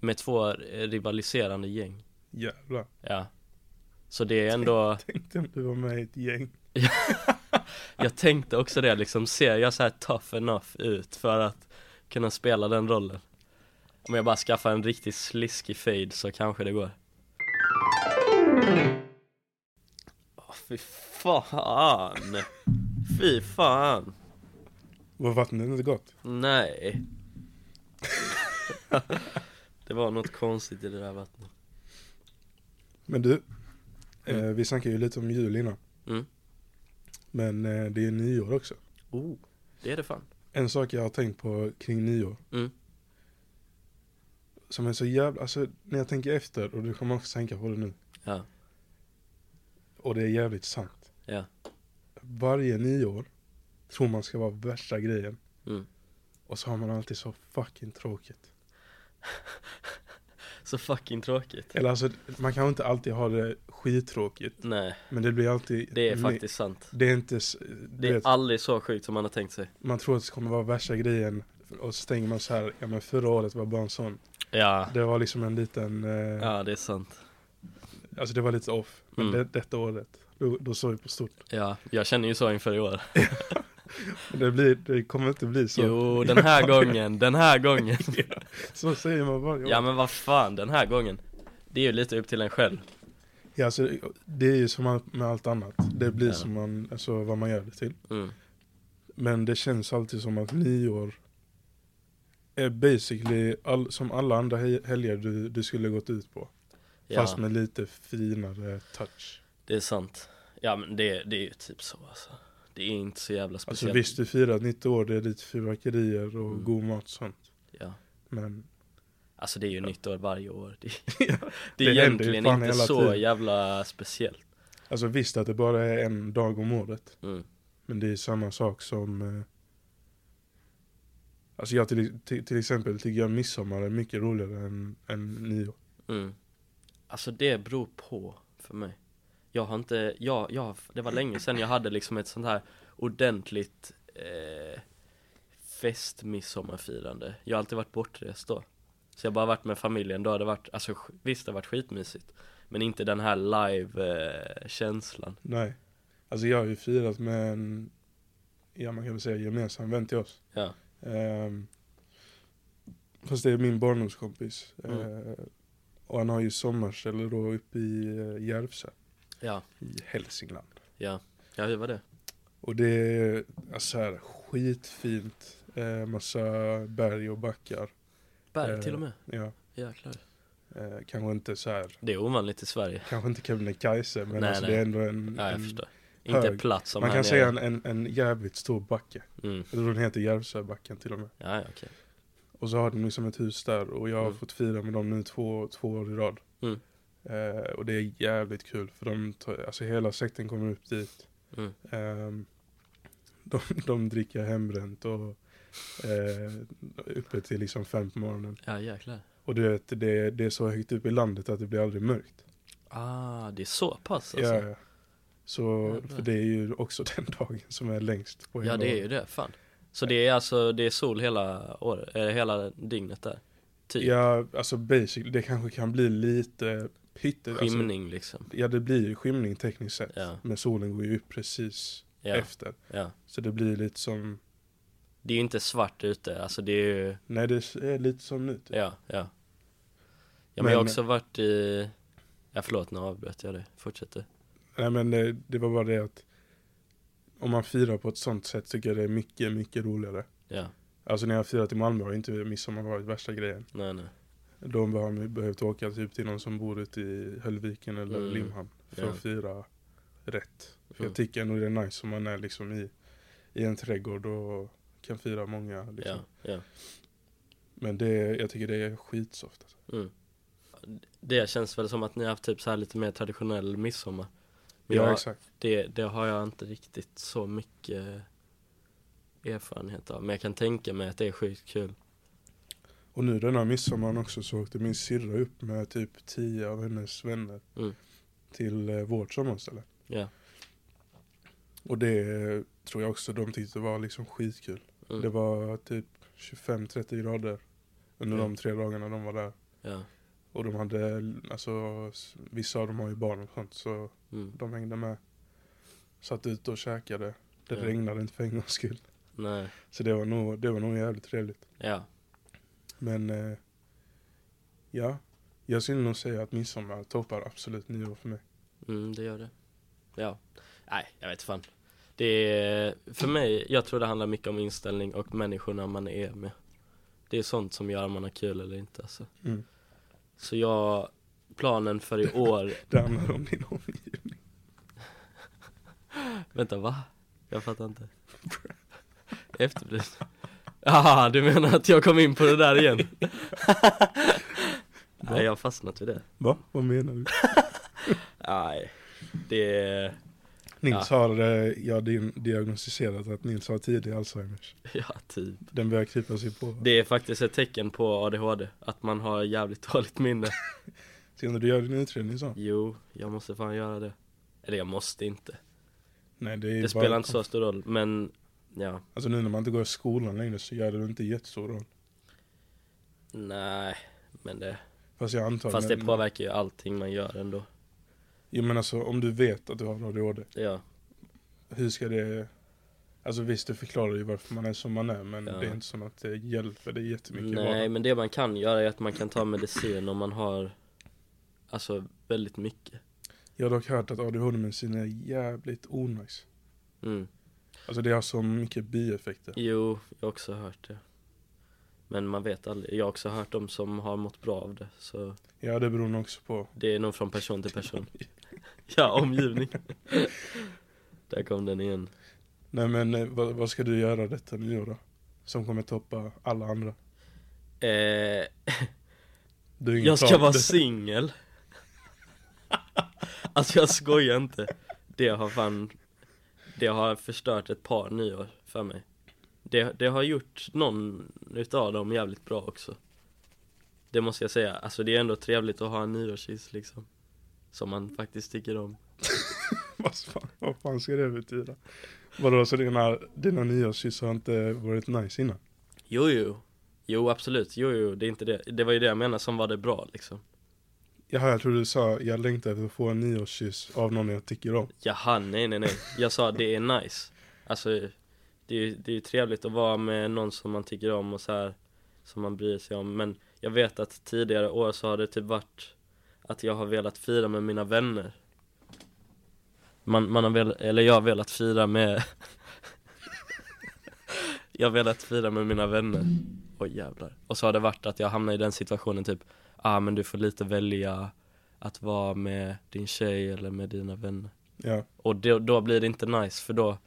S2: Med två eh, rivaliserande gäng
S1: Jävlar.
S2: Ja Så det är ändå
S1: Tänkte om du var med i ett gäng.
S2: Jag tänkte också det liksom Ser jag så här tough enough ut för att kunna spela den rollen? Om jag bara skaffar en riktigt sliskig fade så kanske det går Åh, Fy fan! Fy fan!
S1: Var vattnet inte gott?
S2: Nej Det var något konstigt i det där vattnet
S1: Men du,
S2: Mm.
S1: eh, vi snackade ju lite om jul innan.
S2: Mm.
S1: Men eh, det är nyår också.
S2: oh. Det är det fan
S1: En sak jag har tänkt på kring nyår.
S2: Mm.
S1: Som är så jävla, alltså när jag tänker efter och du kommer också tänka på det nu.
S2: Ja.
S1: Och det är jävligt sant.
S2: Ja.
S1: Varje nyår tror man ska vara värsta grejen.
S2: Mm.
S1: Och så har man alltid så fucking tråkigt.
S2: Så fucking tråkigt
S1: Eller alltså, man kan inte alltid ha det skittråkigt.
S2: Nej,
S1: Men det blir alltid...
S2: det är
S1: me-
S2: faktiskt sant
S1: Det är inte... s-
S2: Det
S1: Du
S2: är
S1: vet,
S2: aldrig så sjukt som man har tänkt sig
S1: man tror att det kommer vara värsta grejen. Och så tänker man så här, ja men förra året var bara en sån.
S2: Ja
S1: Det var liksom en liten... Eh,
S2: Ja det är sant
S1: Alltså det var lite off. Men
S2: Mm.
S1: det, detta året Då, då såg vi på stort.
S2: Ja, jag känner ju så inför i år.
S1: Det, blir, det kommer inte bli så.
S2: Jo,
S1: [laughs]
S2: den här gången, den här gången.
S1: Så säger man varje år.
S2: Ja men vad fan, den här gången. Det är ju lite upp till en själv.
S1: Ja, alltså, det är ju som all- med allt annat. Det blir
S2: Ja.
S1: som man, alltså, vad man gör det till.
S2: Mm.
S1: Men det känns alltid som att nyår är basically all, som alla andra he- helger du, du skulle gått ut på.
S2: Ja,
S1: Fast med lite finare touch.
S2: det är sant. Ja men det, det är ju typ så alltså. Det är inte så jävla
S1: Alltså
S2: speciellt.
S1: visst, du firar ett nytt år, det är lite fyrverkerier och
S2: Mm.
S1: god mat och sånt.
S2: Ja.
S1: Men
S2: Alltså det är ju nytt år varje år.
S1: [laughs]
S2: Det, det
S1: Det
S2: är
S1: händer ju
S2: egentligen
S1: fan
S2: inte
S1: hela
S2: så
S1: tiden.
S2: jävla speciellt.
S1: alltså visst att det bara är en dag om året.
S2: Mm.
S1: Men det är samma sak som eh, Alltså jag till, till, till exempel tycker jag midsommar är mycket roligare än, än nyår.
S2: Mm. Alltså det beror på för mig. Jag har inte, jag, jag, det var länge sedan jag hade liksom ett sånt här ordentligt eh, festmidsommarfirande. Jag har alltid varit bortrest då. Så jag har bara varit med familjen, då har det varit, alltså sk- visst det har varit skitmysigt. Men inte den här eh, live-känslan.
S1: Nej. Alltså jag har ju firat med en, ja man kan väl säga gemensam vän till oss.
S2: Ja.
S1: Ehm, fast det är min barndomskompis.
S2: Mm.
S1: Eh, och han har ju sommarställe då uppe i eh, Järvsö
S2: ja,
S1: i Hälsingland.
S2: ja hur var det?
S1: Och det är alltså här skitfint. Eh, massa berg och backar.
S2: Berg
S1: Eh,
S2: till och med,
S1: Ja,
S2: jäklar.
S1: eh, kanske inte så här,
S2: Det är ovanligt i Sverige.
S1: kanske inte Kebnekaise men
S2: Nej,
S1: alltså
S2: nej.
S1: det är ändå en,
S2: Ja, jag
S1: en
S2: förstår. Inte
S1: hög.
S2: platt som
S1: man
S2: här
S1: kan
S2: nere.
S1: säga en, en, en jävligt stor backe.
S2: Mm.
S1: Jag tror den heter Järvsöbacken till och med.
S2: Ja, ja, okej.
S1: Och så har de liksom ett hus där och jag har
S2: Mm.
S1: fått fira med dem nu två, två år i rad.
S2: Mm.
S1: Eh, och det är jävligt kul för de tar, alltså hela sekten kommer upp dit.
S2: Mm.
S1: Ehm, de, de dricker hembränt och eh, uppe till liksom fem på morgonen.
S2: Ja, jäklar.
S1: Och du vet, det, det är så högt upp i landet att det blir aldrig mörkt.
S2: Ah, det är så pass alltså?
S1: Ja,
S2: Ja,
S1: ja. Så,
S2: Jävlar.
S1: för det är ju också [laughs] den dagen som är längst på hela
S2: det är ju det, fan. Så det är alltså, det är sol hela år, eh, hela dygnet där? Typ?
S1: Ja, alltså basically, det kanske kan bli lite pytte... alltså,
S2: Skymning liksom?
S1: Ja det blir ju skymning tekniskt sett.
S2: Ja.
S1: Men solen går ju upp precis
S2: Ja,
S1: efter.
S2: ja.
S1: Så det blir lite som,
S2: Det är ju inte svart ute, alltså det är ju,
S1: nej det är lite som nu. typ.
S2: ja, ja. Ja, men,
S1: Men-
S2: jag har också varit i, ja förlåt nu avbröt jag det, fortsätter.
S1: Nej men det, det var bara det att om man firar på ett sånt sätt tycker jag det är mycket, mycket roligare.
S2: Ja,
S1: Alltså när jag har firat i Malmö har inte midsommar varit värsta grejen.
S2: nej nej.
S1: Då har man behövt åka typ till någon som bor ute i Höllviken eller
S2: Mm.
S1: Limhamn för
S2: Ja.
S1: att fira rätt. För
S2: Mm.
S1: jag tycker ändå det är nice om man är liksom i, i en trädgård och kan fira många liksom.
S2: Ja, ja.
S1: Men det, jag tycker det är skitsoft. Alltså.
S2: Mm. Det känns väl som att ni har haft typ så här lite mer traditionell midsommar. Men
S1: Ja,
S2: jag-
S1: exakt.
S2: Det, det har jag inte riktigt så mycket erfarenhet av, men jag kan tänka mig att det är sjukt kul.
S1: Och nu den här midsommaren också så åkte min syrra upp med typ tio av hennes vänner
S2: Mm.
S1: till eh, vårt sommarställe.
S2: Ja.
S1: Och det eh, tror jag också de tyckte var liksom skitkul.
S2: Mm.
S1: Det var typ 25-30 grader under
S2: Mm.
S1: de tre dagarna de var där.
S2: Ja.
S1: Och de hade, alltså s- vissa av dem har ju barn och sånt så
S2: Mm.
S1: de hängde med. Satt ute och käkade. Det
S2: Ja.
S1: regnade inte för en gångs skull.
S2: Nej.
S1: Så det var nog, det var nog jävligt trevligt.
S2: Ja.
S1: Men eh, ja, jag skulle nog säga att midsommar toppar absolut nyår för mig.
S2: Mm, det gör det. Ja. Nej, jag vet fan. Det är, för mig, jag tror det handlar mycket om inställning och människorna man är med. Det är sånt som gör om man har kul eller inte alltså.
S1: Mm.
S2: Så jag, planen för i år,
S1: Det handlar om din omgivning.
S2: vänta va? Jag fattar [laughs] inte. Efterbliven. Jaha, du menar att jag kom in på det där [laughs] igen? Nej, jag har fastnat vid det.
S1: Va? Vad menar
S2: [laughs]
S1: du?
S2: Nej, det är,
S1: Nils har, eh, ja din, diagnostiserat att Nils har tidig Alzheimers.
S2: [laughs] ja typ.
S1: Den börjar krypa sig på.
S2: Det är faktiskt ett tecken på ADHD, att man har jävligt dåligt minne
S1: Ska inte du göra din utredning så?
S2: Jo, jag måste fan göra det Eller jag måste inte,
S1: Nej det är ju
S2: det
S1: bara-
S2: spelar inte så stor roll, men ja,
S1: Alltså nu när man inte går i skolan längre så gör det väl inte jättestor roll.
S2: nej men det,
S1: Fast jag antar
S2: fast det
S1: men-
S2: påverkar ju allting man gör ändå
S1: Jo men alltså om du vet att du har ADHD,
S2: Ja,
S1: hur ska det... Alltså visst, det förklarar ju varför man är som man är, men
S2: Ja.
S1: det är inte som att det hjälper dig jättemycket i
S2: nej
S1: vardagen.
S2: men det man kan göra är att man kan ta medicin om man har Alltså väldigt mycket
S1: Jag har dock hört att ADHD-medicin är jävligt onajs.
S2: mm.
S1: Alltså det har så mycket bieffekter.
S2: Jo, jag har också hört det Men man vet aldrig, jag har också hört de som har mått bra av det så
S1: Ja, det beror nog också på.
S2: Det är nog från person
S1: [laughs]
S2: till person Ja, omgivning Där kom den igen
S1: Nej men eh, vad, vad ska du göra detta nyår då? Som kommer toppa alla andra.
S2: eh,
S1: Du har ingen
S2: Jag ska
S1: plan.
S2: vara
S1: Du-
S2: singel [laughs] Alltså jag skojar inte Det har fan Det har förstört ett par nyår för mig Det, det har gjort någon utav dem jävligt bra också Det måste jag säga, alltså det är ändå trevligt att ha en nyårskyss liksom Som man faktiskt tycker om
S1: [laughs] Vad fan, vad fan ska det betyda? Vadå, så dina, dina nyårskyss har inte varit nice innan?
S2: Jo jo Jo absolut, jo jo det är inte det Det var ju det jag menade som var det bra liksom
S1: Jaha, jag trodde du sa jag längtar efter att få en nyårskyss av någon jag tycker om.
S2: Jaha, nej nej nej. Jag sa det är nice. Alltså, det är ju det är ju trevligt att vara med någon som man tycker om och så här som man bryr sig om. Men jag vet att tidigare år så har det typ varit att jag har velat fira med mina vänner. Man, man har väl, eller jag har velat fira med [laughs] Jag har velat fira med mina vänner. Oj jävlar. Och så har det varit att jag hamnar i den situationen typ, ah men du får lite välja att vara med din tjej eller med dina vänner.
S1: Ja,
S2: Och då, då blir det inte nice för då,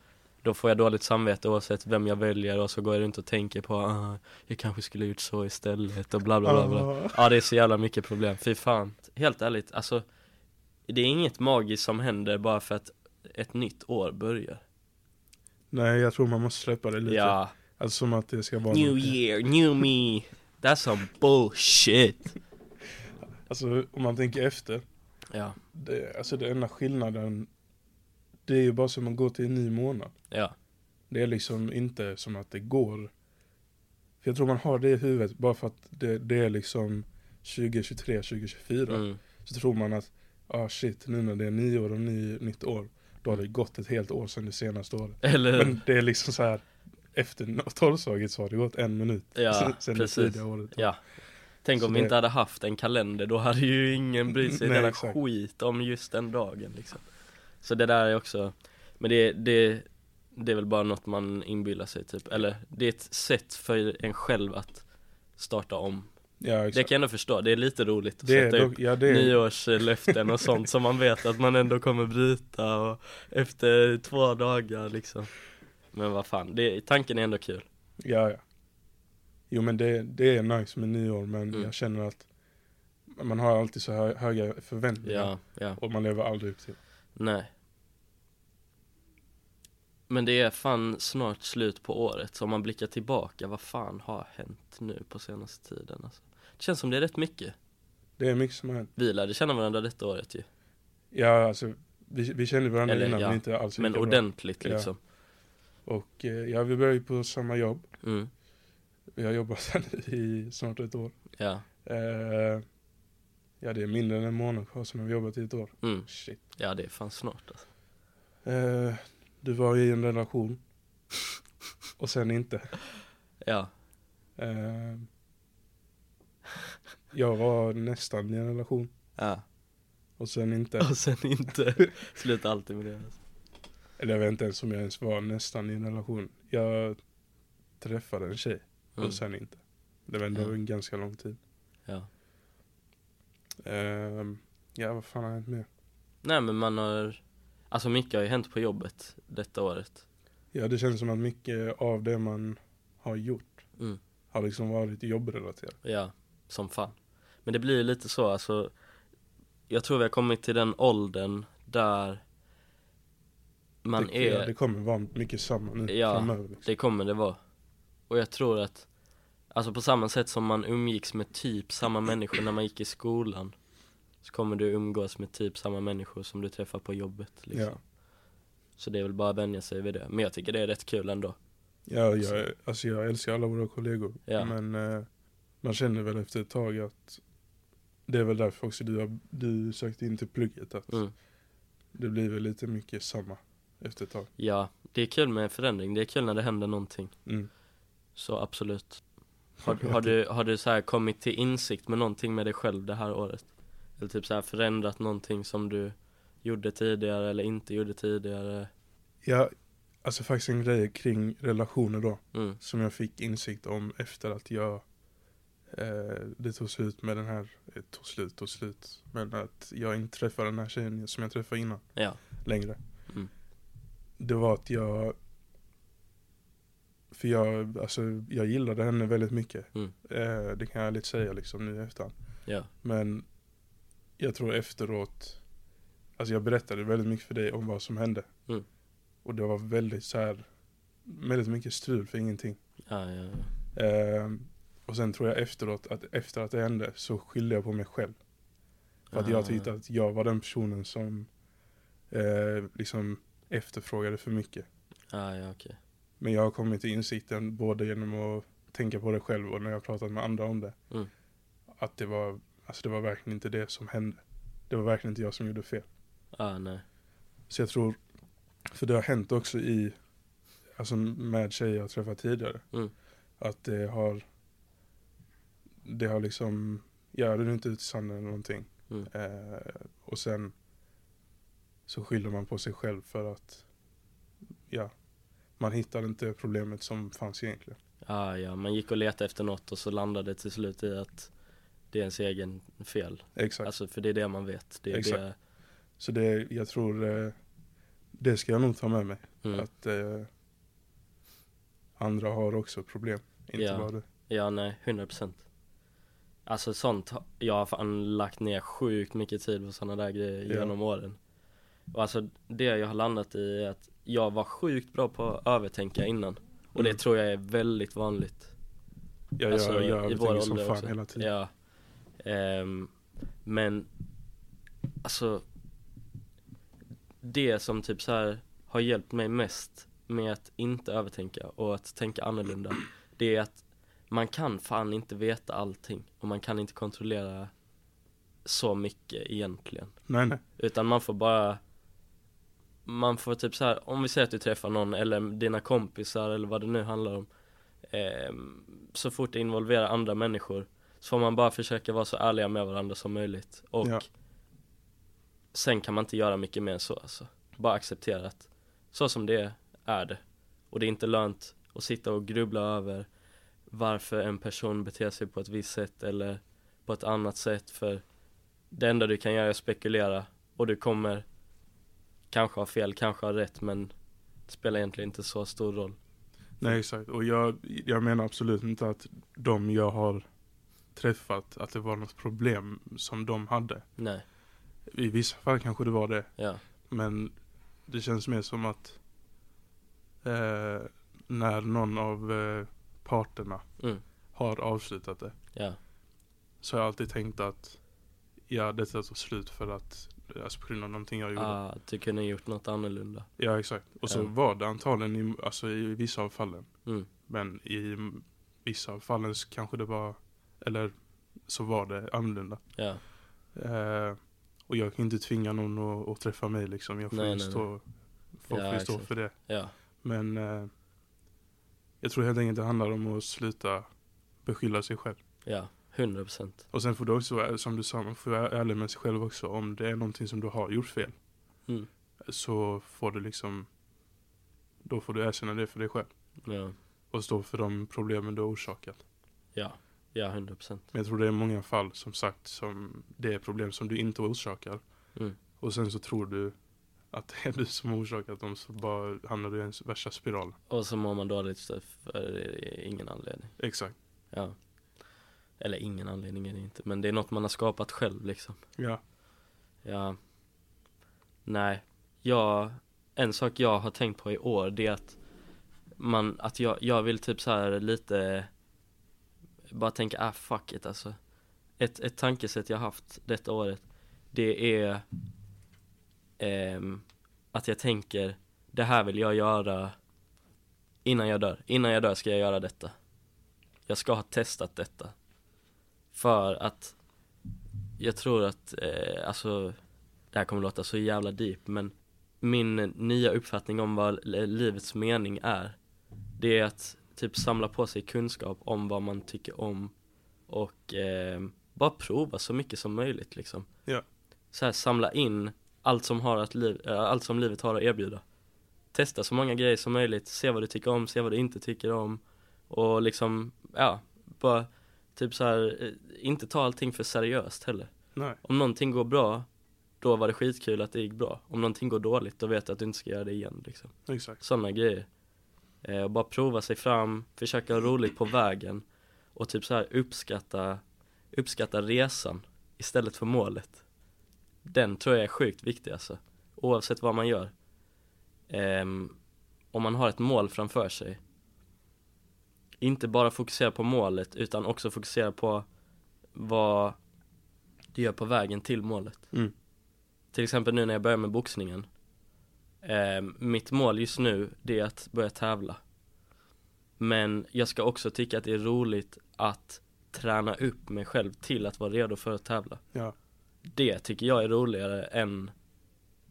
S2: då får jag dåligt samvete oavsett vem jag väljer och så går jag runt och tänker på ah, jag kanske skulle ha gjort så istället och bla bla bla bla.
S1: Ah,
S2: Ja det är så jävla mycket problem, fy fan. Helt ärligt, alltså det är inget magiskt som händer bara för att ett nytt år börjar.
S1: nej, jag tror man måste släppa det lite.
S2: Ja,
S1: Alltså som att det ska vara
S2: new
S1: något-
S2: year, new me. That's some bullshit.
S1: Alltså om man tänker efter,
S2: Ja,
S1: det, alltså den enda skillnaden, det är ju bara som att gå till en ny månad.
S2: ja,
S1: Det är liksom inte som att det går. För jag tror man har det i huvudet bara för att det, det är liksom 2023, 2024.
S2: mm,
S1: Så tror man att, ah shit, nu när det är nio år och ny, nytt år, då har det gått ett helt år sedan det senaste året.
S2: eller
S1: Men det är liksom så här, efter tolvslaget så har det gått en minut.
S2: Ja,
S1: sen, [laughs] sen
S2: precis.
S1: det tidiga året.
S2: Ja Tänk
S1: Så
S2: om vi
S1: det-
S2: inte hade haft en kalender, då hade ju
S1: [laughs]
S2: ingen brytt sig ett
S1: Nej,
S2: jävla
S1: exakt.
S2: skit om just den dagen liksom Så det där är också Men det, det, det är väl bara något man inbillar sig typ, eller det är ett sätt för en själv att starta om
S1: ja
S2: Det
S1: exakt.
S2: kan jag ändå förstå, det är lite roligt att
S1: Det är,
S2: sätta upp
S1: dock- ja, det är,
S2: nyårslöften och sånt som man vet att man ändå kommer bryta och efter två dagar liksom Men vad fan, det, tanken är ändå kul
S1: Ja, ja. Jo men det, det är nice med nyår men
S2: Mm.
S1: jag känner att man har alltid så hö- höga förväntningar
S2: Ja, ja
S1: och man lever aldrig upp till.
S2: Nej Men det är fan snart slut på året, så om man blickar tillbaka, vad fan har hänt nu på senaste tiden alltså? Det känns som det är rätt mycket
S1: Det är mycket som har hänt.
S2: Vi lärde känna varandra detta året ju,
S1: Ja alltså, vi, vi kände varandra
S2: Eller,
S1: innan
S2: ja.
S1: men inte alls
S2: men
S1: lika bra.
S2: ordentligt
S1: Ja.
S2: liksom
S1: Och eh, ja, vi började ju på samma jobb.
S2: mm.
S1: Vi har jobbat [laughs] sedan i snart ett år.
S2: Ja,
S1: Eh, ja det är mindre än en månad kvar som vi har jobbat i ett år.
S2: mm.
S1: Shit.
S2: ja det är fan snart alltså.
S1: Eh, du var i en
S2: [laughs]
S1: relation. och sen inte.
S2: Ja,
S1: Eh, jag var nästan i en relation
S2: ja,
S1: och sen inte.
S2: och sen
S1: [laughs]
S2: inte, sluta alltid med det alltså.
S1: Eller jag vet inte ens om jag ens var nästan i en relation. Jag träffade en tjej
S2: mm.
S1: och sen inte. Det var ändå
S2: Ja.
S1: en ganska lång tid.
S2: ja.
S1: Ehm, ja, vad fan har hänt mer?
S2: Nej men man har, alltså mycket har ju hänt på jobbet detta året
S1: Ja, det känns som att mycket av det man har gjort
S2: mm.
S1: har liksom varit jobbrelaterat.
S2: Ja, som fan. Men det blir ju lite så alltså Jag tror vi har kommit till den åldern där man
S1: det, ja,
S2: är,
S1: det kommer vara mycket samma nu
S2: Ja.
S1: framöver. Liksom.
S2: det kommer det vara. Och jag tror att Alltså på samma sätt som man umgicks med typ samma människor när man gick i skolan Så kommer du umgås med typ samma människor som du träffar på jobbet liksom.
S1: Ja.
S2: Så det är väl bara att vänja sig vid det. Men jag tycker det är rätt kul ändå.
S1: Ja, jag, alltså jag älskar alla våra kollegor.
S2: Ja.
S1: Men eh, man känner väl efter ett tag att det är väl därför också du, har, du sökte in till plugget. Att
S2: Mm.
S1: Det blir väl lite mycket samma efter ett tag.
S2: Ja, det är kul med förändring, det är kul när det händer någonting
S1: Mm.
S2: Så absolut Har, har du, har du så här kommit till insikt med någonting med dig själv det här året? Eller typ så här förändrat någonting som du gjorde tidigare eller inte gjorde tidigare?
S1: Ja, alltså faktiskt en grej kring relationer då.
S2: Mm,
S1: Som jag fick insikt om efter att jag eh, Det tog slut med den här eh, Tog slut, tog slut Men att jag inte träffade den här tjejen som jag träffade innan
S2: ja,
S1: längre
S2: Mm.
S1: Det var att jag För jag, alltså jag gillade henne väldigt mycket
S2: Mm.
S1: eh, Det kan jag lite säga liksom nu i efterhand
S2: ja,
S1: Men jag tror efteråt Alltså jag berättade väldigt mycket för dig om vad som hände
S2: Mm.
S1: Och det var väldigt så här Väldigt mycket strul för ingenting
S2: ja, ja, ja.
S1: Ehm, och sen tror jag efteråt att efter att det hände så skyllde jag på mig själv. För
S2: Ah.
S1: att jag tyckte att jag var den personen som eh, liksom efterfrågade för mycket.
S2: Ja, ja okej
S1: Men jag har kommit till insikten både genom att tänka på det själv och när jag har pratat med andra om det.
S2: Mm.
S1: Att det var, alltså det var verkligen inte det som hände. Det var verkligen inte jag som gjorde fel.
S2: Ja, nej
S1: Så jag tror, för det har hänt också i, alltså med tjejer jag träffat tidigare.
S2: Mm.
S1: Att det har, det har liksom, jag runnit inte ut i sanden eller någonting.
S2: Mm.
S1: Eh, och sen så skyller man på sig själv för att, ja, man hittar inte problemet som fanns egentligen.
S2: Ja, ja, man gick och letade efter något och så landade det till slut i att det är ens egen fel
S1: Exakt.
S2: Alltså för det är det man vet, det är
S1: Exakt. så det, jag tror, eh, det ska jag nog ta med mig.
S2: det mm.
S1: Att eh, andra har också problem, inte
S2: Ja.
S1: bara du.
S2: Ja nej, 100% Alltså sånt, jag har fan lagt ner sjukt mycket tid på sådana där grejer
S1: Ja.
S2: genom åren Och alltså det jag har landat i är att jag var sjukt bra på att övertänka innan Och det
S1: Mm.
S2: tror jag är väldigt vanligt
S1: Jag
S2: Alltså,
S1: gör,
S2: i
S1: jag
S2: vår
S1: övertänker som
S2: ålder
S1: fan
S2: också.
S1: hela tiden.
S2: Ja Ehm, Men Alltså Det som typ så här har hjälpt mig mest med att inte övertänka och att tänka annorlunda Det är att man kan fan inte veta allting och man kan inte kontrollera så mycket egentligen
S1: Nej, nej.
S2: Utan man får bara Man får typ så här, om vi säger att du träffar någon eller dina kompisar eller vad det nu handlar om ehm, Så fort det involverar andra människor Så får man bara försöka vara så ärliga med varandra som möjligt och
S1: Ja.
S2: Sen kan man inte göra mycket mer än så alltså Bara acceptera att Så som det är, är det Och det är inte lönt att sitta och grubbla över Varför en person beter sig på ett visst sätt eller På ett annat sätt för Det enda du kan göra är att spekulera och du kommer kanske ha fel, kanske ha rätt men det spelar egentligen inte så stor roll.
S1: Nej exakt, och jag, jag menar absolut inte att de jag har träffat, att det var något problem som de hade.
S2: Nej,
S1: I vissa fall kanske det var det,
S2: ja,
S1: men det känns mer som att eh, när någon av eh, parterna
S2: Mm.
S1: har avslutat det
S2: ja,
S1: så har jag alltid tänkt att ja, detta tog slut för att, alltså på grund av någonting jag gjorde.
S2: ah, du kunde ha gjort något annorlunda.
S1: Ja exakt, och så
S2: Ja.
S1: var det antagligen i, alltså, i vissa av fallen.
S2: Mm.
S1: Men i vissa av fallen så kanske det var, eller så var det annorlunda.
S2: Ja,
S1: Eh, och jag kan inte tvinga någon att, att träffa mig liksom. Jag får
S2: Nej,
S1: ju
S2: nej, nej.
S1: stå, folk
S2: Ja,
S1: får ju stå
S2: exakt.
S1: för det.
S2: ja,
S1: Men eh, jag tror helt enkelt det handlar om att sluta beskylla sig själv.
S2: ja, 100 procent.
S1: Och sen får du också, vara- som du sa, man får vara ärlig med sig själv också. Om det är någonting som du har gjort fel
S2: Mm.
S1: så får du liksom, då får du erkänna det för dig själv.
S2: Ja,
S1: Och stå för de problemen du har orsakat.
S2: ja, ja, 100 procent.
S1: Men jag tror det är många fall som sagt som det är problem som du inte orsakar.
S2: Mm.
S1: Och sen så tror du att det är du som har orsakat dem så bara hamnar du i en värsta spiral.
S2: Och så mår man dåligt för ingen anledning.
S1: Exakt.
S2: Ja. Eller ingen anledning är det inte, men det är något man har skapat själv liksom.
S1: Ja.
S2: Ja Nej Jag En sak jag har tänkt på i år det är att Man, att jag, jag vill typ så här lite Bara tänka, ah fuck it alltså Ett, ett tankesätt jag haft detta året Det är ehm, Att jag tänker Det här vill jag göra Innan jag dör, innan jag dör ska jag göra detta Jag ska ha testat detta För att jag tror att, eh, alltså det här kommer låta så jävla deep men min nya uppfattning om vad li- livets mening är det är att typ samla på sig kunskap om vad man tycker om och eh, bara prova så mycket som möjligt liksom.
S1: Ja.
S2: Så här samla in allt som, har att liv, eh, allt som livet har att erbjuda. Testa så många grejer som möjligt, se vad du tycker om, se vad du inte tycker om och liksom, ja, bara typ så här, eh, inte ta allting för seriöst heller.
S1: Nej,
S2: Om någonting går bra, då var det skitkul att det gick bra. Om någonting går dåligt, då vet du att du inte ska göra det igen liksom
S1: exakt.
S2: sådana grejer. Eh, och bara prova sig fram, försöka ha roligt på vägen och typ så här uppskatta, uppskatta resan istället för målet. Den tror jag är sjukt viktig alltså, oavsett vad man gör. Ehm, om man har ett mål framför sig, inte bara fokusera på målet utan också fokusera på vad du gör på vägen till målet.
S1: Mm.
S2: Till exempel nu när jag börjar med boxningen, Eh, mitt mål just nu, det är att börja tävla. Men jag ska också tycka att det är roligt att träna upp mig själv till att vara redo för att tävla.
S1: Ja.
S2: Det tycker jag är roligare än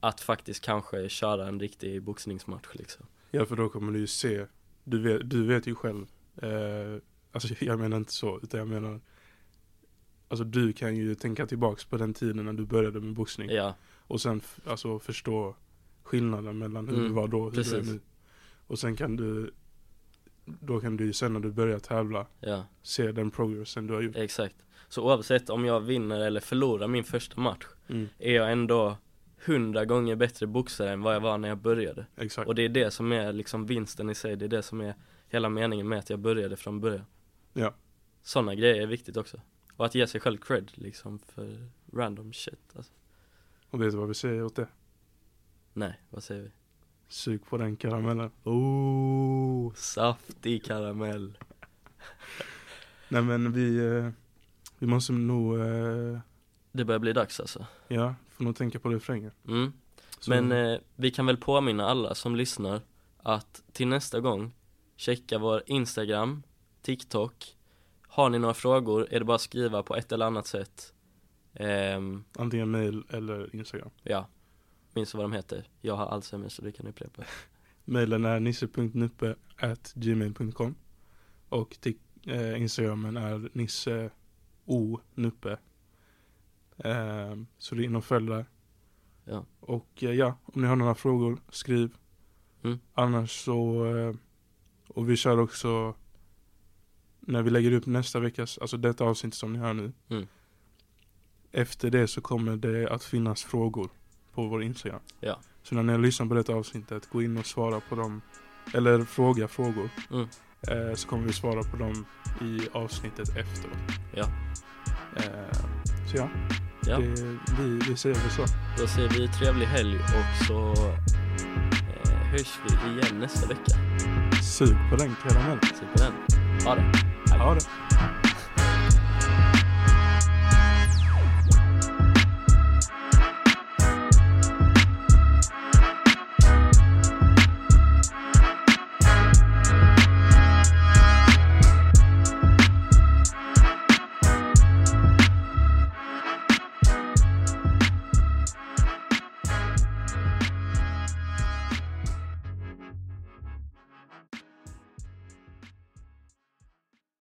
S2: att faktiskt kanske köra en riktig boxningsmatch liksom.
S1: Ja, för då kommer du ju se. Du vet, du vet ju själv. Eh, alltså jag menar inte så, utan jag menar. Alltså du kan ju tänka tillbaks på den tiden när du började med boxning.
S2: Ja,
S1: Och sen f- alltså förstå skillnaden mellan hur
S2: Mm,
S1: du var då och hur du är
S2: precis.
S1: nu. Och sen kan du, då kan du ju sen när du börjar tävla
S2: ja,
S1: se den progressen du har gjort.
S2: exakt. Så oavsett om jag vinner eller förlorar min första match
S1: Mm,
S2: är jag ändå hundra gånger bättre boxare än vad jag var när jag började.
S1: exakt.
S2: Och det är det som är liksom vinsten i sig, det är det som är hela meningen med att jag började från början
S1: Ja.
S2: Sådana grejer är viktigt också Och att ge sig själv cred liksom för random shit alltså.
S1: Och vet du vad vi säger åt det?
S2: Nej, vad säger vi?
S1: Sug på den karamellen.
S2: Oh, saftig karamell
S1: Nej men vi, eh, vi måste nog, eh,
S2: Det börjar bli dags alltså
S1: ja, får nog tänka på refrängen.
S2: mm.
S1: Så-
S2: Men eh, vi kan väl påminna alla som lyssnar att till nästa gång checka vår Instagram, TikTok Har ni några frågor är det bara att skriva på ett eller annat sätt Ehm,
S1: Antingen mail eller Instagram.
S2: Ja Minns du vad de heter? Jag har Alzheimer så det kan du upprepa
S1: Mailen är nisse.nuppe at gmail.com och tik- eh, instagramen är nisse o nuppe. Eh, så det är in och följ där.
S2: Ja.
S1: Och eh, ja, om ni har några frågor, skriv.
S2: Mm.
S1: Annars så, eh, och vi kör också när vi lägger upp nästa veckas, alltså detta avsnitt som ni hör nu.
S2: Mm.
S1: Efter det så kommer det att finnas frågor på vår Instagram.
S2: Ja.
S1: Så när ni lyssnar på detta avsnittet, gå in och svara på dem. Eller fråga frågor.
S2: Mm.
S1: Eh, så kommer vi svara på dem i avsnittet efteråt.
S2: Ja.
S1: Eh, så ja,
S2: Ja,
S1: Det, vi, vi säger väl så.
S2: då säger vi trevlig helg och så eh, hörs vi igen nästa vecka
S1: Sug på den karamellen.
S2: Superen, ha det!
S1: Ha det.